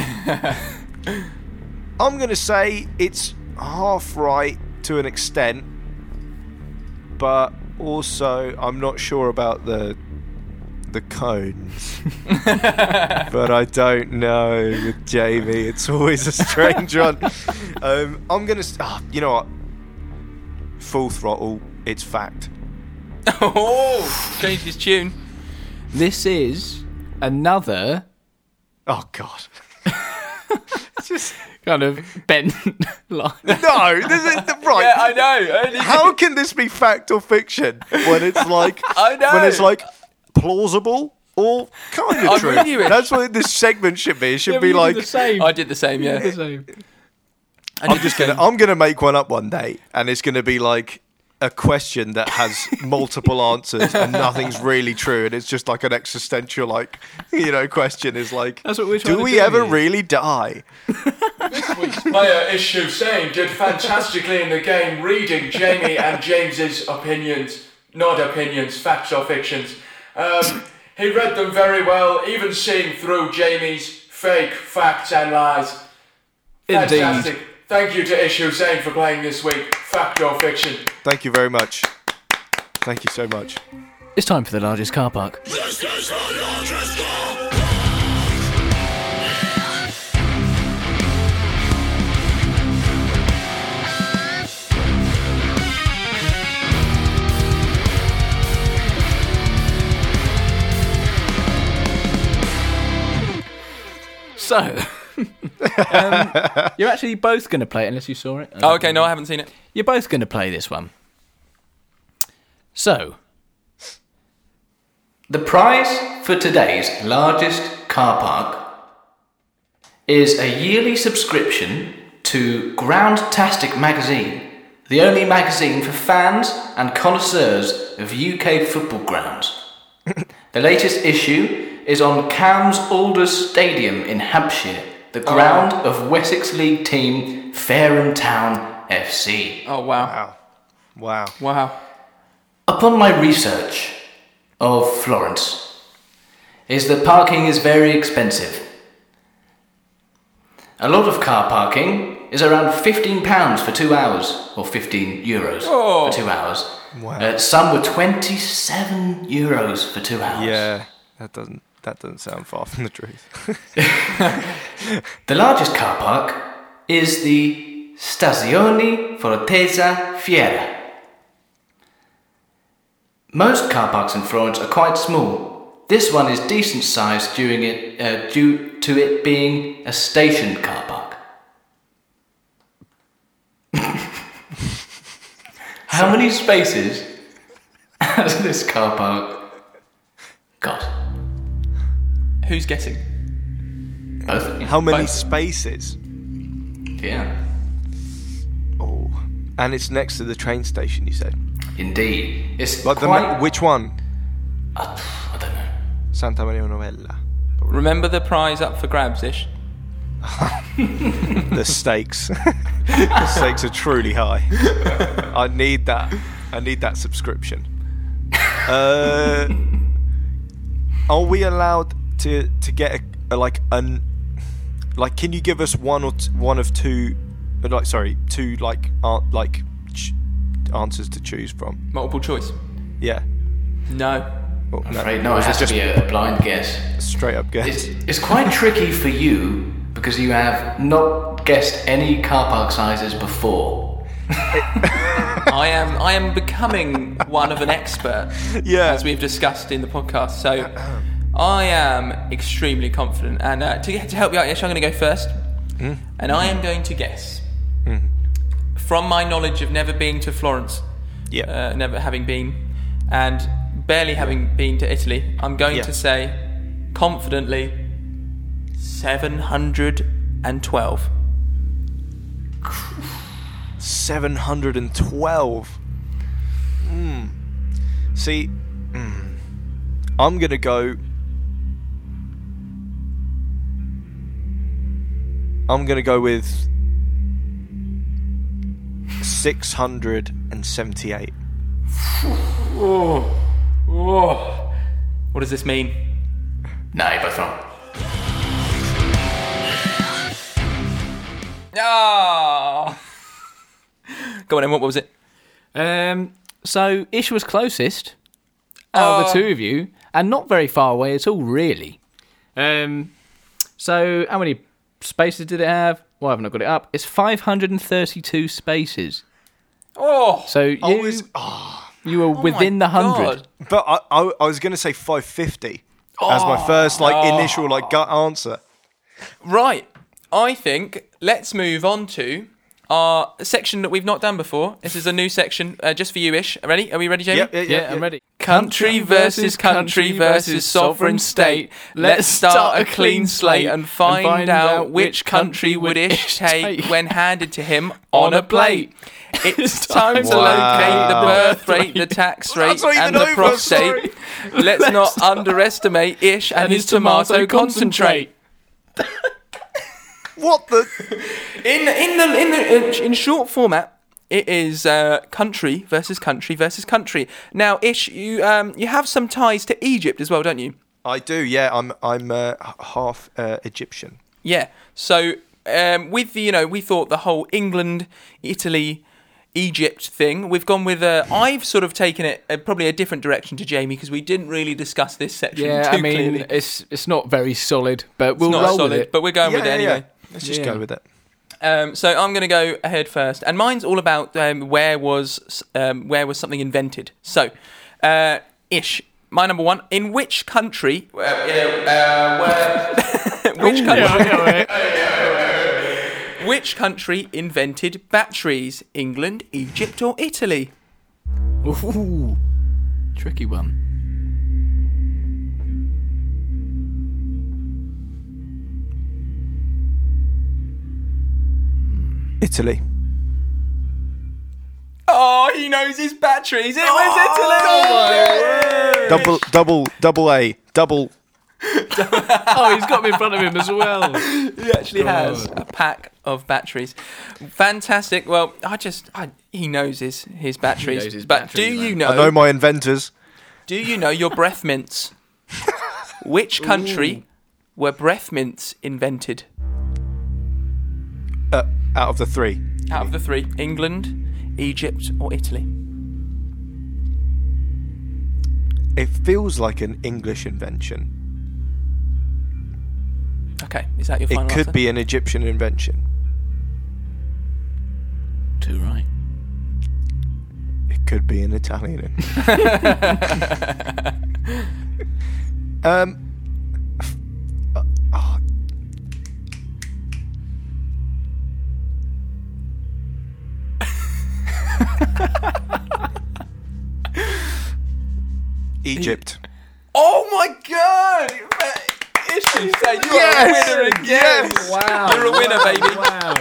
I'm gonna say it's half right to an extent, but also I'm not sure about the the cones. but I don't know with Jamie. It's always a strange one. Um, I'm gonna. s ah, you know what? Full throttle. It's fact. oh, changed his tune. This is another Oh God. Just kind of bent line. no. This is the right. Yeah, I know. Only- How can this be fact or fiction when it's like I know. when it's like plausible or kind I'm of true? with you, Ish. That's what this segment should be. It should Yeah, we be did like the same. I did the same. Yeah, The same. I did I'm the just same. gonna I'm gonna make one up one day, and it's gonna be like. A question that has multiple answers and nothing's really true, and it's just like an existential, like you know, question is like, That's what we're trying do to we do ever here. really die? Player Issue Sane did fantastically in the game reading Jamie and James's opinions, not opinions, facts or fictions. Um, he read them very well, even seeing through Jamie's fake facts and lies. Fantastic. Indeed. Thank you to Issue Sane for playing this week, fact or fiction. Thank you very much. Thank you so much. It's time for the largest car park. So, um, you're actually both going to play it unless you saw it. Oh, okay, no, I haven't seen it. You're both going to play this one. So, the prize for today's largest car park is a yearly subscription to Groundtastic magazine, the only magazine for fans and connoisseurs of UK football grounds. The latest issue is on Cam's Alders Stadium in Hampshire, the ground of Wessex League team Fareham Town FC. Oh wow, Wow. Wow. wow. Upon my research of Florence, is that parking is very expensive. A lot of car parking is around fifteen pounds for two hours, or fifteen euros Oh. for two hours. Uh, some were twenty-seven euros for two hours. Yeah, that doesn't that doesn't sound far from the truth. The largest car park is the Stazione Fortezza Fiera. Most car parks in Florence are quite small. This one is decent sized during it, uh, due to it being a station car park. How many spaces has this car park got? Who's guessing? Both. How many Both. spaces? Yeah. Oh, and it's next to the train station. You said, Indeed. It's but the quite... ma- which one? Uh, pff, I don't know. Santa Maria Novella. Remember the prize up for grabs ish? The stakes. the stakes are truly high. I need that. I need that subscription. Uh, are we allowed to to get a, a like an like? Can you give us one or t- one of two? uh, Like sorry, two like an- like ch- answers to choose from. Multiple choice. Yeah. No. Oh, no, Right, no, it is has just to be a, a blind guess. straight up guess. It's, it's quite tricky for you because you have not guessed any car park sizes before. I am I am becoming one of an expert Yeah. as we've discussed in the podcast. So I am extremely confident. And uh, to, to help you out, Ish, I'm going to go first. And I am going to guess from my knowledge of never being to Florence, Yeah. uh, never having been, and barely having been to Italy, I'm going Yeah. to say confidently 712. 712. Hmm. See, mm, I'm going to go. I'm going to go with 678. What does this mean? No, you're both wrong. Ah! Go on, then, what was it? Um, so Ish was closest out of the two of you, and not very far away at all, really. Um, so how many spaces did it have? Well, I haven't got it up. It's 532 spaces. Oh! So you, I was, you were within the hundred. God. but I, I, I was going to say 550 as my Oh. first like initial like gut answer. Right. I think let's move on to our section that we've not done before. This is a new section uh, just for you ish. Ready? Are we ready, Jamie? Yep, yeah, Yeah, I'm ready. Country versus country versus sovereign state. Let's start a clean slate and find, out which country would Ish take when handed to him on a plate. It's time to Wow. locate the birth rate, the tax rate, That's not even and the over, prostate. Let's not underestimate Ish and his tomato concentrate. What the? In in the in the, in short format, it is uh, country versus country versus country. Now, Ish, you um you have some ties to Egypt as well, don't you? I do, yeah. I'm I'm uh, h- half uh, Egyptian. Yeah. So um, with the you know we thought the whole England, Italy, Egypt thing. We've gone with uh, I've sort of taken it uh, probably a different direction to Jamie because we didn't really discuss this section. Yeah, too I mean, clearly. it's it's it's not very solid, but we'll not roll solid, with it. but we're going with it anyway. Let's just Yeah. go with it. Um, so I'm going to go ahead first, and mine's all about um, where was um, where was something invented. So, uh, ish. My number one. In which country? Uh, uh, where- which country? which country invented batteries? England, Egypt, or Italy? Ooh, tricky one. Italy. Oh, he knows his batteries. It was Italy. Double, double, double A, double. Oh, he's got me in front of him as well. He actually has a pack of batteries. Fantastic. Well, I just I, he knows his his batteries. knows his but do batteries, you man. know? I know my inventors. Do you know your breath mints? Which country were breath mints invented? Uh, out of the three, Out of the three, England, Egypt, or Italy? it feels like an English invention. Okay, is that your It final could answer? be an Egyptian invention. Too right. It could be an Italian. invention. um. f- uh, oh. Egypt. Oh my god! Issue say you Yes! are a winner again. Yes! Wow. You're a winner, baby. Wow.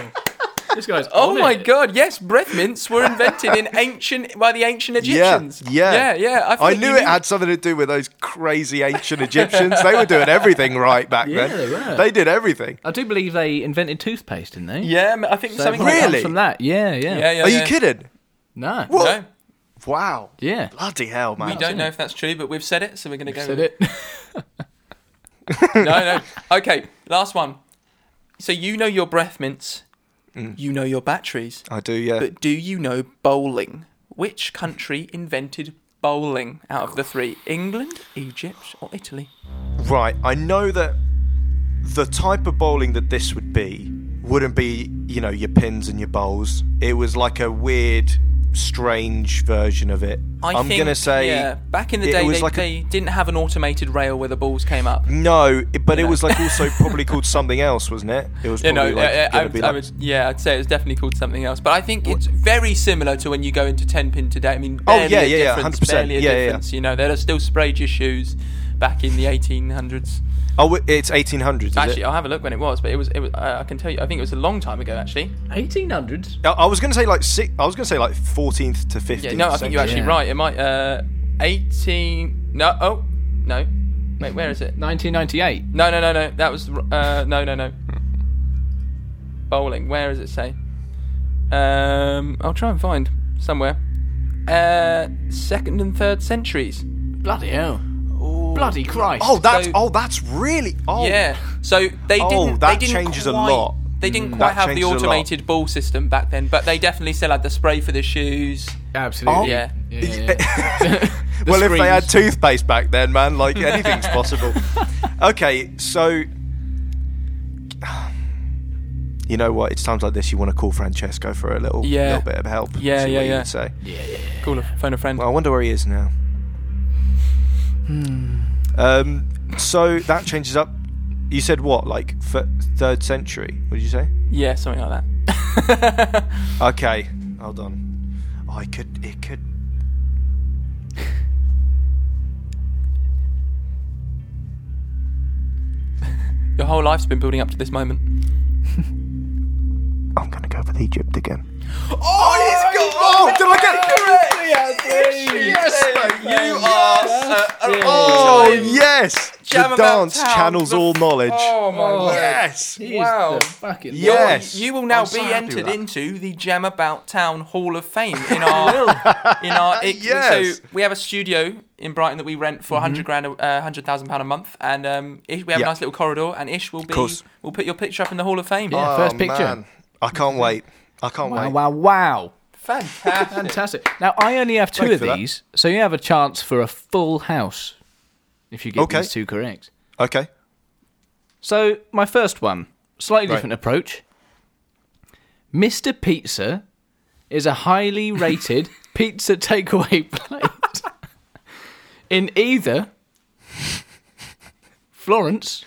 This guy's. Oh on my it. god, yes, breath mints were invented in ancient by the ancient Egyptians. yeah. Yeah, yeah. I think you knew it had something to do with those crazy ancient Egyptians. they were doing everything right back Yeah, then. they were. did everything. I do believe they invented toothpaste, didn't they? Yeah, m- I think So something it comes like Really? From that, yeah, yeah, that. Yeah, yeah. Are yeah. you kidding? No, What? No, Wow. yeah. Bloody hell, man. we don't know if that's true, but we've said it, so we're going to go. Said with it. it. No, no. Okay, last one. So you know your breath mints, Mm. you know your batteries, I do, yeah. but do you know bowling? Which country invented bowling out of the three? England, Egypt, or Italy? Right, I know that the type of bowling that this would be wouldn't be, you know, your pins and your bowls. It was like a weird, strange version of it. I am think, gonna say yeah, back in the it day, was they, like a- they didn't have an automated rail where the balls came up. no, it- but You it know. was like also probably called something else, wasn't it? It was You know, probably like yeah, yeah, gonna I, would, be I like would, yeah, I'd say it was definitely called something else. But I think it's very similar to when you go into ten pin today. I mean, Oh, barely yeah, a yeah, yeah, difference, 100%. barely a Yeah, yeah, yeah. difference. You know, they'd have still sprayed your shoes back in the eighteen hundreds. Oh, it's 1800s. Is Actually, it? I'll have a look when it was, but it was, it was. Uh, I can tell you, I think it was a long time ago. Actually, 1800s. I- I was gonna say like six. I was gonna say like 14th to 15th. yeah, no, I think you're actually Yeah. right. It might uh, eighteen. No, oh no, wait, where is it? 1998. No, no, no, no. That was uh, no, no, no. Bowling. Where does it say? Um, I'll try and find somewhere. Uh, second and third centuries. Bloody hell. Bloody Christ. Oh, that's So- oh, that's really oh Yeah. So they Oh, didn't. that they didn't changes a quite- lot. Mm, They didn't quite that have the changes a lot. automated ball system back then, but they definitely still had the spray for the shoes. absolutely. Oh. Yeah. yeah. The well, if they had screams. toothpaste back then, man, like anything's possible. Okay, so you know what? It's times like this you want to call Francesco for a little, Yeah. little bit of help. Yeah, see yeah, what he yeah. would say. Call a phone a friend. Well, I wonder where he is now. Hmm. Um, so that changes up. You said what? Like f- third century? What did you say? yeah, something like that. Okay, hold on. Oh, I could. It could. Your whole life's been building up to this moment. I'm gonna go with Egypt again. Oh, he's got. Oh, did I get it? Yes, mate, You are. a- a- Oh yes, Jam the about dance town, channels the- all knowledge. Oh my word. yes, He is Oh. Wow. the fucking yes. You will now I'm so be happy with entered that. into the Jam About Town Hall of Fame in our in our it, Yes. Mm-hmm. so we have a studio in Brighton that we rent for a 100 grand a- uh, 100,000 pound a month and um Ish, we have Yeah. a nice little corridor and Ish will be course. we'll put your picture up in the Hall of Fame. Yeah. First picture. Oh, I can't wait. I can't Wow, wait. wow, wow. Fantastic. Fantastic. Now, I only have two Thanks for of that. these, so you have a chance for a full house if you get Okay. these two correct. Okay. So, my first one, slightly Right. different approach. Mr. Pizza is a highly rated pizza takeaway place in either Florence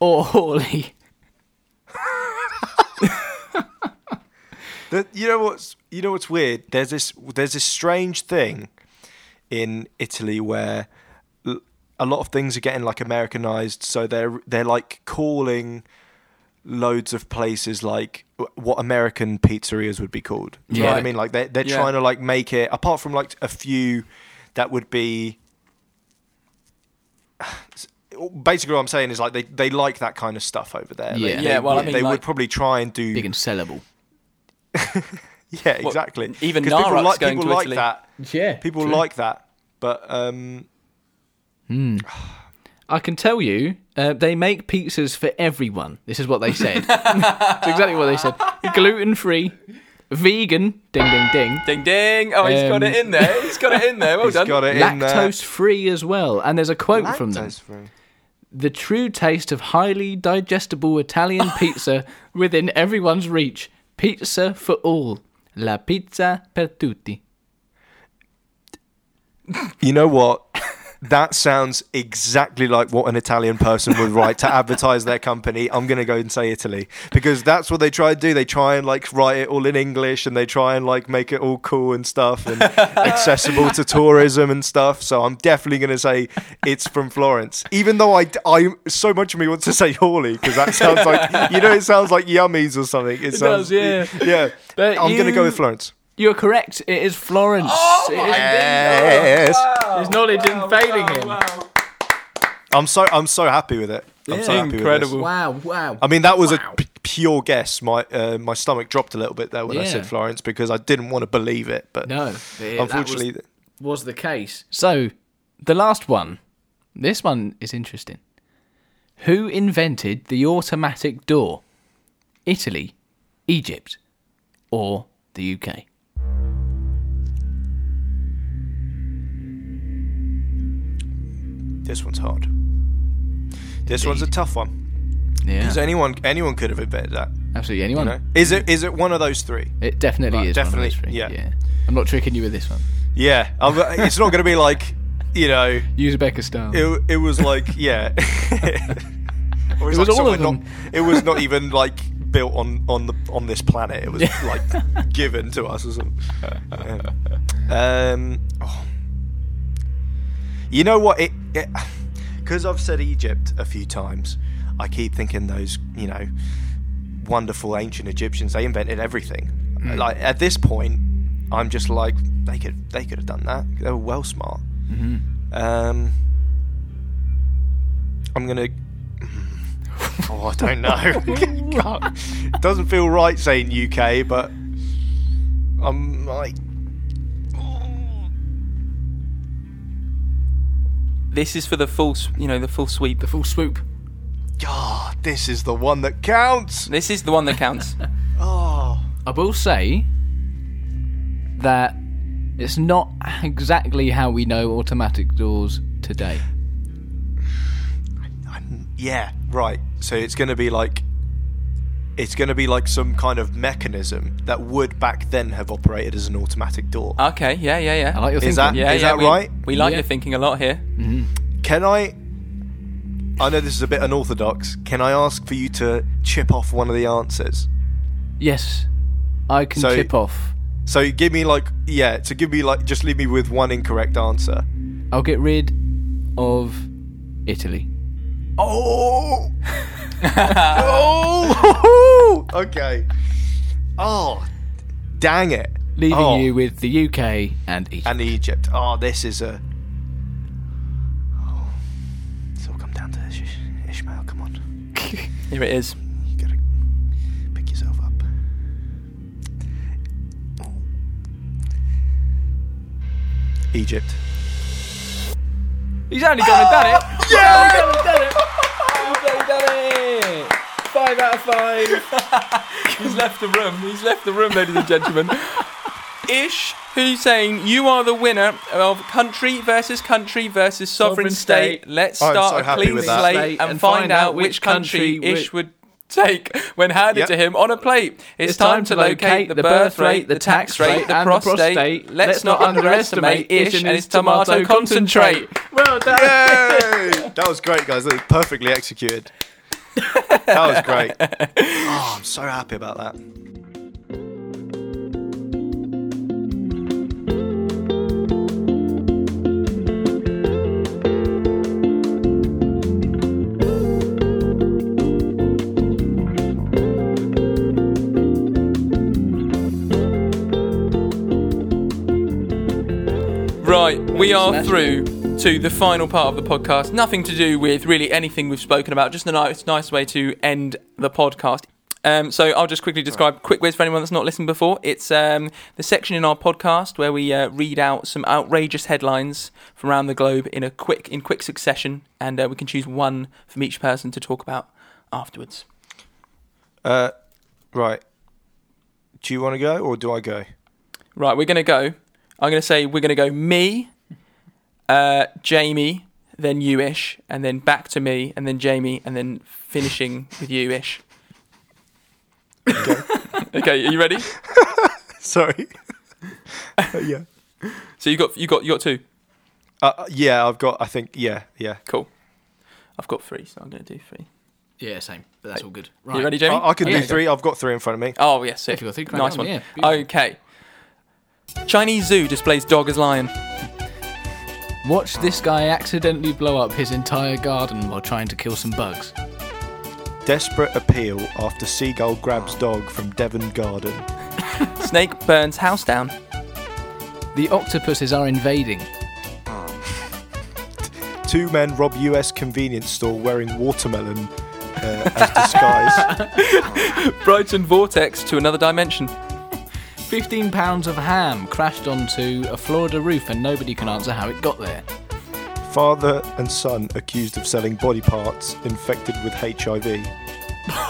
or Hawley. The, you know what's you know what's weird? There's this there's this strange thing in Italy where l- a lot of things are getting like Americanized, so they're they're like calling loads of places like w- what American pizzerias would be called. Do you know what I Right. mean? Like they they're Yeah. trying to like make it apart from like a few that would be basically what I'm saying is like they, they like that kind of stuff over there. They- Yeah. they Yeah, well, I would- mean, they like- would probably try and do. Big and sellable. yeah, exactly. even 'Cause people Narok's like going people to like Italy. that. Yeah. People like that, but um, I can tell you, uh, they make pizzas for everyone. This is what they said. It's exactly what they said. Gluten free, vegan, ding ding ding, Ding ding! Oh, he's Um, got it in there. He's got it in there. Well he's done. got it in uh, there. lactose free as well. And there's a quote from them: Lactose-free. "The true taste of highly digestible Italian pizza within everyone's reach. Pizza for all. La pizza per tutti." You know what? That sounds exactly like what an Italian person would write to advertise their company. I'm going to go and say Italy because that's what they try to do. They try and like write it all in English and they try and like make it all cool and stuff and accessible to tourism and stuff. So I'm definitely going to say it's from Florence, even though I, I so much of me wants to say Hawley because that sounds like, you know, it sounds like yummies or something. It, sounds, does, yeah. Yeah. But I'm going to go you- with Florence. You're correct. It is Florence. Oh It is- Yes. His knowledge isn't failing him. I'm so I'm so happy with it. I'm so happy With Incredible. this. Wow! Wow! I mean, that was a p- pure guess. My uh, my stomach dropped a little bit there when I Yeah. said Florence because I didn't want to believe it. But no, it- that was- unfortunately, th- was the case. So, the last one. This one is interesting. Who invented the automatic door? Italy, Egypt, or the UK? this one's hard. This one's a tough one. Yeah, Um. Is anyone anyone could have invented that? absolutely anyone. No? Is it is it one of those three? It definitely Right, is. one of definitely, those three. yeah. I'm not tricking you with this one. Yeah, I'm, uh, it's not going to be like you know. Uzbekistan. It, it was like yeah. it was, was all of somewhere Not, it was not even like built on on the on this planet. It was like given to us or something. Yeah. Um, oh. you know what? It because I've said Egypt a few times. I keep thinking those you know wonderful ancient Egyptians. They invented everything. Like at this point, I'm just like they could they could have done that. They were well smart. Um, I'm gonna. Oh, I don't know. Can't- Doesn't feel right saying UK, but I'm like, This is for the full, s- you know, the full sweep. the full swoop. God, "Ah, this is the one that counts. This is the one that counts. Oh, I will say that it's not exactly how we know automatic doors today. I'm, yeah, right. So it's gonna be like, it's gonna be like some kind of mechanism that would back then have operated as an automatic door. okay. Yeah. Yeah. Yeah. I like your thinking. Is that- yeah, yeah, that we, right? We like Yeah. your thinking a lot here. Can I? I know this is a bit unorthodox. Can I ask for you to chip off one of the answers? Yes, I can So- chip off. So give me like yeah. So give me like just leave me with one incorrect answer. I'll get rid of Italy. Oh. oh. okay. Oh. Dang it. leaving Oh, you with the UK and Egypt. and Egypt. Oh, this is a. Oh. It's all come down to Ish- Ishmael. Come on. Here it is. You gotta pick yourself up. Egypt. He's only gone and done it. Oh, Yeah, he's only done it. He's only done it. Five out of five. He's left the room. He's left the room, ladies and gentlemen. Ish Hussein, you are the winner of country versus country versus Sovereign sovereign, state. state. Let's I'm start so a happy clean with that. slate and, find out which country, country Ish wi- would take when handed Yep. to him on a plate. It's, time, to locate the birth rate, the tax rate, the and the prostate. prostate. Let's, not underestimate Ish and his tomato concentrate. Well done. Yay! that was great, guys. That was perfectly executed. That was great. Oh, I'm so happy about that. Right, we are through to the final part of the podcast. Nothing to do with really anything we've spoken about, just a nice, nice way to end the podcast. Um, so I'll just quickly describe Quick Whiz for anyone that's not listened before. It's um, the section in our podcast where we uh, read out some outrageous headlines from around the globe in a quick in quick succession, and uh, we can choose one from each person to talk about afterwards. Uh, right. Do you want to go or do I go? Right, we're gonna go. I'm gonna say we're gonna go me, uh, Jamie, then you ish, and then back to me, and then Jamie, and then finishing with you ish. Okay. okay, are you ready? Sorry. Uh, yeah. So you got you got you got two. Uh, yeah, I've got. I think. Yeah, yeah. Cool. I've got three, so I'm gonna do three. Yeah, same. But that's all good. Right. You ready, Jamie? I, I can Yeah, do go. three. I've got three in front of me. Oh yes, sick. If you got three, crack nice on, one. yeah, beautiful. okay. Chinese zoo displays dog as lion. Watch this guy accidentally blow up his entire garden while trying to kill some bugs. Desperate appeal after seagull grabs dog from Devon Garden. Snake burns house down. The octopuses are invading. Two men rob U.S. convenience store wearing watermelon uh, as disguise. Brighton vortex to another dimension. 15 pounds of ham crashed onto a Florida roof and nobody can answer how it got there. Father and son accused of selling body parts infected with HIV.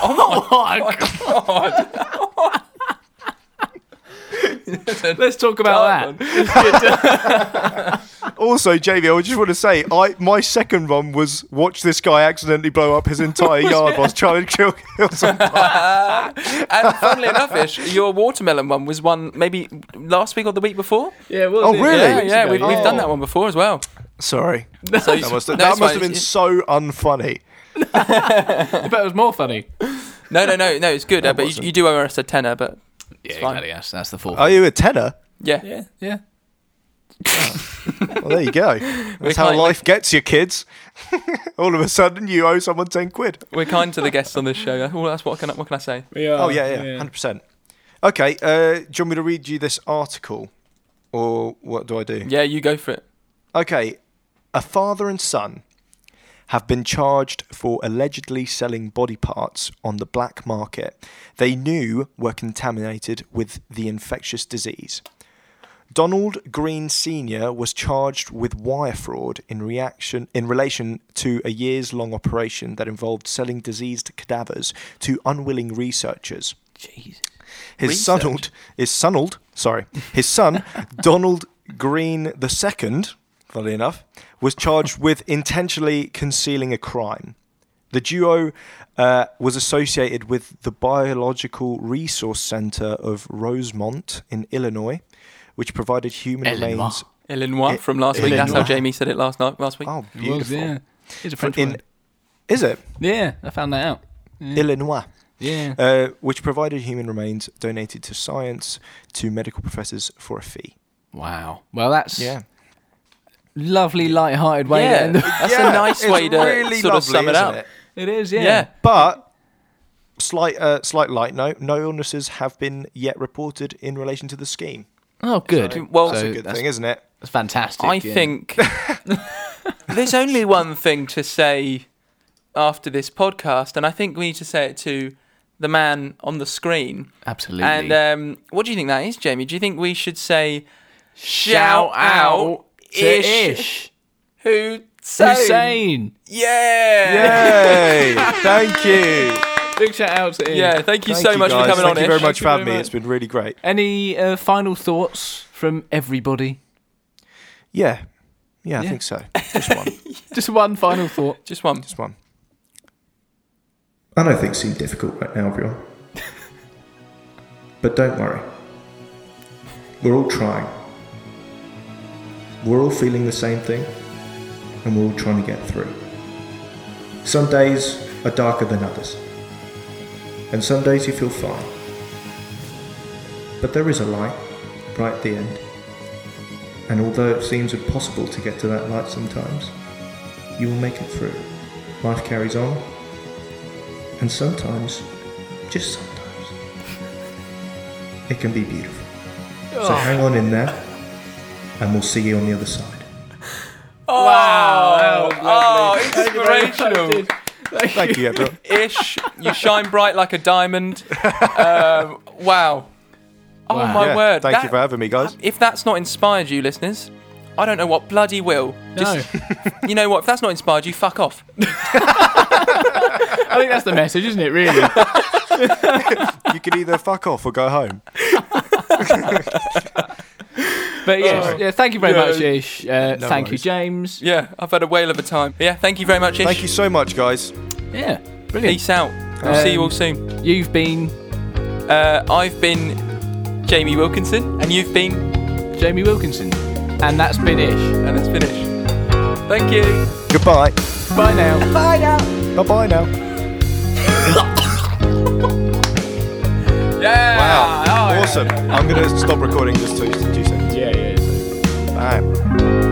Oh, Oh, Let's talk about that. Also, JV, I just want to say, I my second one was watch this guy accidentally blow up his entire yard whilst trying to kill, kill some. And funnily enough, Ish, your watermelon one was one maybe last week or the week before. Yeah, well, Oh, really? Yeah, yeah, we've, we've yeah. done that one before as well. Sorry, So that must have, no, that it's must fine. have been It's- so unfunny. I bet it was more funny. No, no, no, no. It's good, uh, but you, wasn't. you do owe us a tenner. But Yeah, fine. exactly. That's, that's the fourth. Are you a tenor? yeah, yeah, yeah. Well, there you go. That's how can't- life gets you, kids. All of a sudden, you owe someone ten quid. we're kind to the guests on this show. Uh, Well, that's what can I, what can I say? uh, Oh yeah, yeah, hundred percent. Okay, uh, do you want me to read you this article, or what do I do? Yeah, you go for it. Okay, a father and son have been charged for allegedly selling body parts on the black market they knew were contaminated with the infectious disease. Donald Green Sr. was charged with wire fraud in reaction in relation to a years-long operation that involved selling diseased cadavers to unwilling researchers. Jeez. His son Donald is Sonald, sorry, his son Donald Green the second, funnily enough, was charged with intentionally concealing a crime. The duo uh, was associated with the Biological Resource Center of Rosemont in Illinois, which provided human Illinois. remains. Illinois from last week. That's how Illinois. Jamie said it last night. Last week. Oh, It was, beautiful! yeah. It's a French In- word. Is it Yeah, I found that out. Illinois? Yeah. Uh, which provided human remains donated to science to medical professors for a fee. wow. Well, that's Yeah. lovely, light-hearted way. to yeah, end the- that's Yeah, a nice it's way to really sort of sum it lovely, isn't up. it? it is. Yeah. Yeah. But slight uh, slight light note: no illnesses have been yet reported in relation to the scheme. Oh, good. Well, So Uh, That's It's a good that's, thing, isn't it? that's fantastic. I yeah. think there's only one thing to say after this podcast, and I think we need to say it to the man on the screen. absolutely. And um, what do you think that is, Jamie? Do you think we should say Shout out to Ish. Who say? Hussein. Yeah. Yay! Thank you. Big shout out to Ish. Yeah, thank you Thank so much guys. for coming Thank on. you very Ish. much for Thank you having very me. It's been really great. Any uh, final thoughts from everybody? Yeah, yeah, I Yeah. think so. Just one. Just one final thought. Just one. Just one. I know things seem difficult right now, everyone. but don't worry. We're all trying. We're all feeling the same thing, and we're all trying to get through. Some days are darker than others, and some days you feel fine. But there is a light right at the end, and although it seems impossible to get to that light sometimes, you will make it through. Life carries on, and sometimes, just sometimes, it can be Oh. beautiful. So hang on in there, and we'll see you on the other side. Wow. Oh, inspirational. Thank you, Edward. Ish, you shine bright like a diamond. Um, wow. Oh, Wow. my Yeah, word. Thank That- you for having me, guys. If that's not inspired you, listeners, I don't know what bloody will. No, You know what? If that's not inspired you, fuck off. I think that's the message, isn't it? Really? You can either fuck off or go home. But yes, yeah, thank you very Yeah. much, Ish. Uh, thank you, worries. James. Yeah, I've had a whale of a time. Yeah, thank you very much, Ish. Thank you so much, guys. Yeah, brilliant. Peace out. We'll see you Um, all soon. You've been Uh, I've been Jamie Wilkinson, and you've been, Jamie Wilkinson, and that's been Ish. and that's finished. Thank you. Goodbye. Bye now. Bye bye now. Yeah. Ah, Wow. Oh, yeah. awesome. I'm going to stop recording just two, two seconds. Yeah, yeah. Bye. Oh.